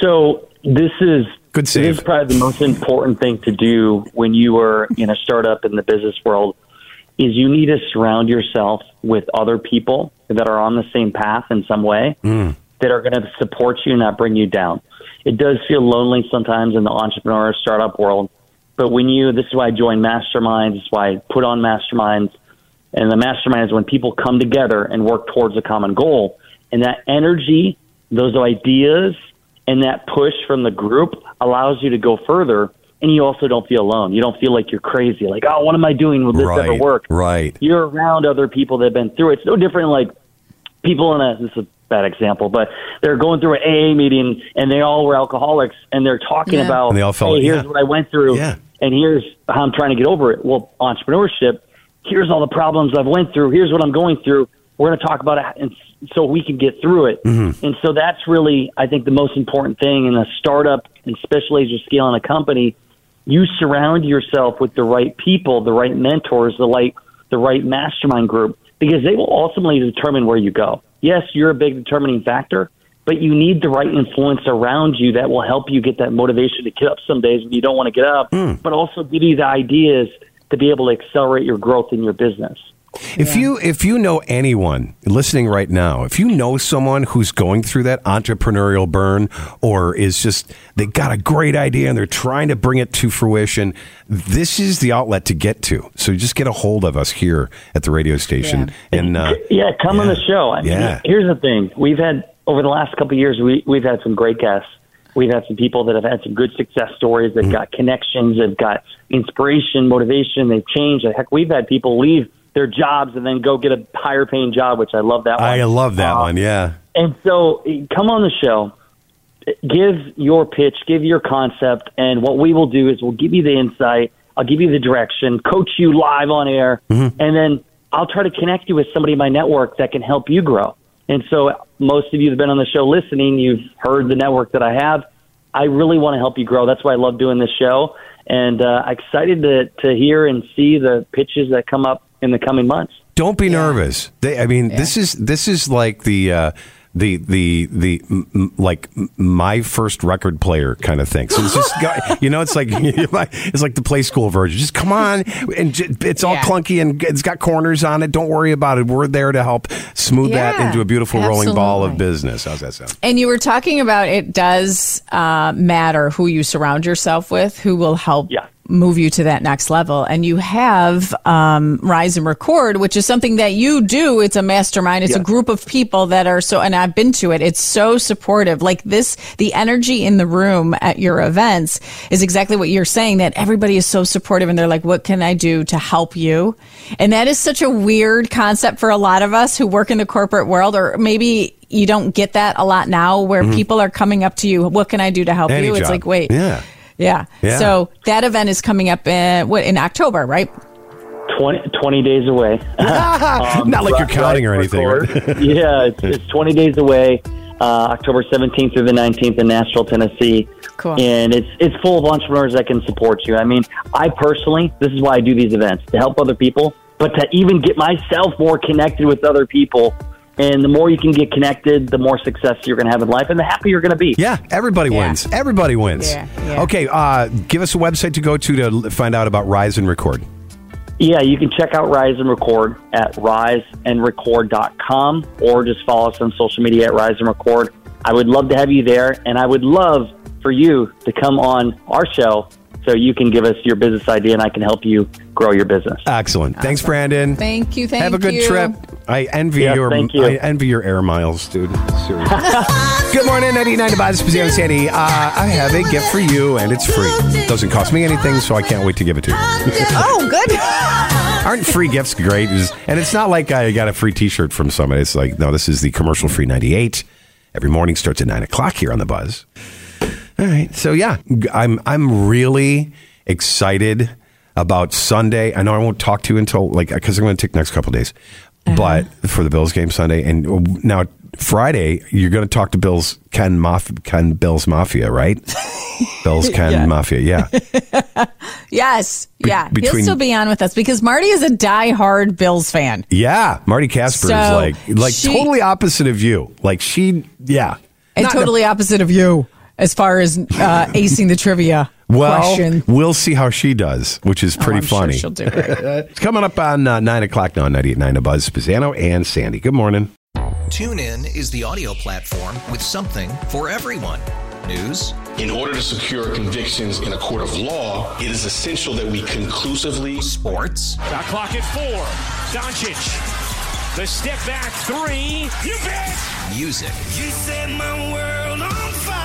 S: So this is good This is probably the most important thing to do when you are in a startup in the business world is you need to surround yourself with other people that are on the same path in some way
B: Mm.
S: that are going to support you, not bring you down. It does feel lonely sometimes in the entrepreneur startup world, but when you, this is why I joined masterminds, this is why I put on masterminds. And the mastermind is when people come together and work towards a common goal. And that energy, those ideas, And that push from the group allows you to go further. And you also don't feel alone. You don't feel like you're crazy. Like, oh, what am I doing? Will this ever
B: Right,
S: work?
B: Right.
S: You're around other people that have been through it. It's no different. Like people in a this is a bad example, but they're going through an AA meeting and they all were alcoholics and they're talking
B: Yeah.
S: about
B: And they all felt-
S: hey, here's
B: yeah.
S: what I went through and here's how I'm trying to get over it. Well, entrepreneurship, here's all the problems I've went through, here's what I'm going through. We're going to talk about it and s- so we can get through it.
B: Mm-hmm.
D: Mm.
S: And so that's really I think the most important thing in a startup and especially as you're scaling a company, you surround yourself with the right people, the right mentors, the right the right mastermind group because they will ultimately determine where you go. Yes, you're a big determining factor, but you need the right influence around you that will help you get that motivation to get up some days when you don't want to get up, but also give you the ideas to be able to accelerate your growth in your business.
B: If you if you know anyone listening right now, if you know someone who's going through that entrepreneurial burn or is just they got a great idea and they're trying to bring it to fruition, this is the outlet to get to. So just get a hold of us here at the radio station and uh,
S: Yeah, come on the show. I mean,
B: Yeah.
S: here's the thing: we've had over the last couple of years, we we've had some great guests. We've had some people that have had some good success stories.
B: Mm.
S: They've got connections. They've got inspiration, motivation. They've changed. Heck, we've had people leave their jobs and then go get a higher paying job, which I love that. one.
B: I love that one. Yeah.
S: And so eh, come on the show, Eh, give your pitch, give your concept, and what we will do is we'll give you the insight, I'll give you the direction, coach you live on air, and then I'll try to connect you with somebody in my network that can help you grow. And so most of you have been on the show listening, you've heard the network that I have. I really want to help you grow. That's why I love doing this show. And uh, excited to, to hear and see the pitches that come up in the coming months.
B: Don't be nervous. They, I mean, this is this is like the uh, the the the m- m- like m- my first record player kind of thing. So it's just got- you know, it's like it's like the play school version. Just come on, and j- it's all clunky and it's got corners on it. Don't worry about it. We're there to help smooth that
C: Yeah,
B: into a beautiful rolling ball of business. How's that sound?
C: And you were talking about it does uh, matter who you surround yourself with, who will help move you to that next level. And you have um, Rise and Record, which is something that you do. It's a mastermind. It's a group of people that are so. And I've been to it. It's so supportive. Like this, the energy in the room at your events is exactly what you're saying. That everybody is so supportive, and they're like, "What can I do to help you?" And that is such a weird concept for a lot of us who work in the corporate world, or maybe you don't get that a lot now where
B: Mhm.
C: people are coming up to you what can i do to help
B: Any
C: you it's
B: job.
C: like wait
B: yeah,
C: yeah.
S: Yeah.
C: so that event is coming up in what in october right
S: 20, 20 days away.
B: Not like you're
S: Ri-
B: counting or
S: Rise
B: anything,
S: Record.
B: right?
S: yeah, it's, it's 20 days away, uh, October 17th through the 19th in Nashville, Tennessee.
C: Cool.
S: And it's it's full of entrepreneurs that can support you. I mean, I personally, this is why I do these events to help other people, but to even get myself more connected with other people. And the more you can get connected, the more success you're going to have in life, and the happier you're going to be.
B: Yeah, everybody wins. Everybody wins.
S: Yeah, yeah.
B: Okay, uh, give us a website to go to to l- find out about Rise and Record.
S: Yeah, you can check out Rise and Record at riseandrecord.com or just follow us on social media at Rise and Record. I would love to have you there, and I would love for you to come on our show so you can give us your business idea and I can help you grow your business.
B: Excellent. Thanks, Brandon.
C: thank you thank
B: Have a good
C: you.
B: trip. I envy
S: Yeah,
B: your
S: thank you.
B: I envy your air miles, dude. Seriously. Good morning, 99 about Spazio Sandy. Uh, I have a gift for you, and it's free. Doesn't cost me anything, so I can't wait to give it to you.
C: oh good
B: Aren't free gifts great? It's- And it's not like I got a free T-shirt from somebody. It's like, no, this is the commercial free 98. Every morning starts at nine o'clock here on the Buzz. All right, so yeah, g- I'm I'm really excited about Sunday. I know I won't talk to you until like because I'm going to take the next couple days,
C: Uh-huh.
B: but for the Bills game Sunday and now Friday you're going to talk to Bills Ken Maf- Ken Bills Mafia, right? Bills Ken
C: Yeah.
B: Mafia, yeah.
C: yes yeah he'll
B: between-
C: still be on with us because marty is a die-hard bills fan
B: Yeah, Marty Casper is
C: So,
B: like like
C: she-
B: totally opposite of you. Like she, yeah.
C: and
B: Not in a-
C: totally opposite of you as far as uh, acing the trivia
B: well,
C: question Oh,
B: we'll see how she does, which is pretty
C: I'm sure
B: funny.
C: she'll do
B: it's coming up on uh, nine o'clock now. Ninety eight nine to Buzz Spazano and Sandy. Good morning.
J: TuneIn is the audio platform with something for everyone. News,
K: In order to secure convictions in a court of law, it is essential that we conclusively.
J: Sports.
L: The clock at four. Doncic. The step back three. You bet.
J: music,
G: You set my world on fire.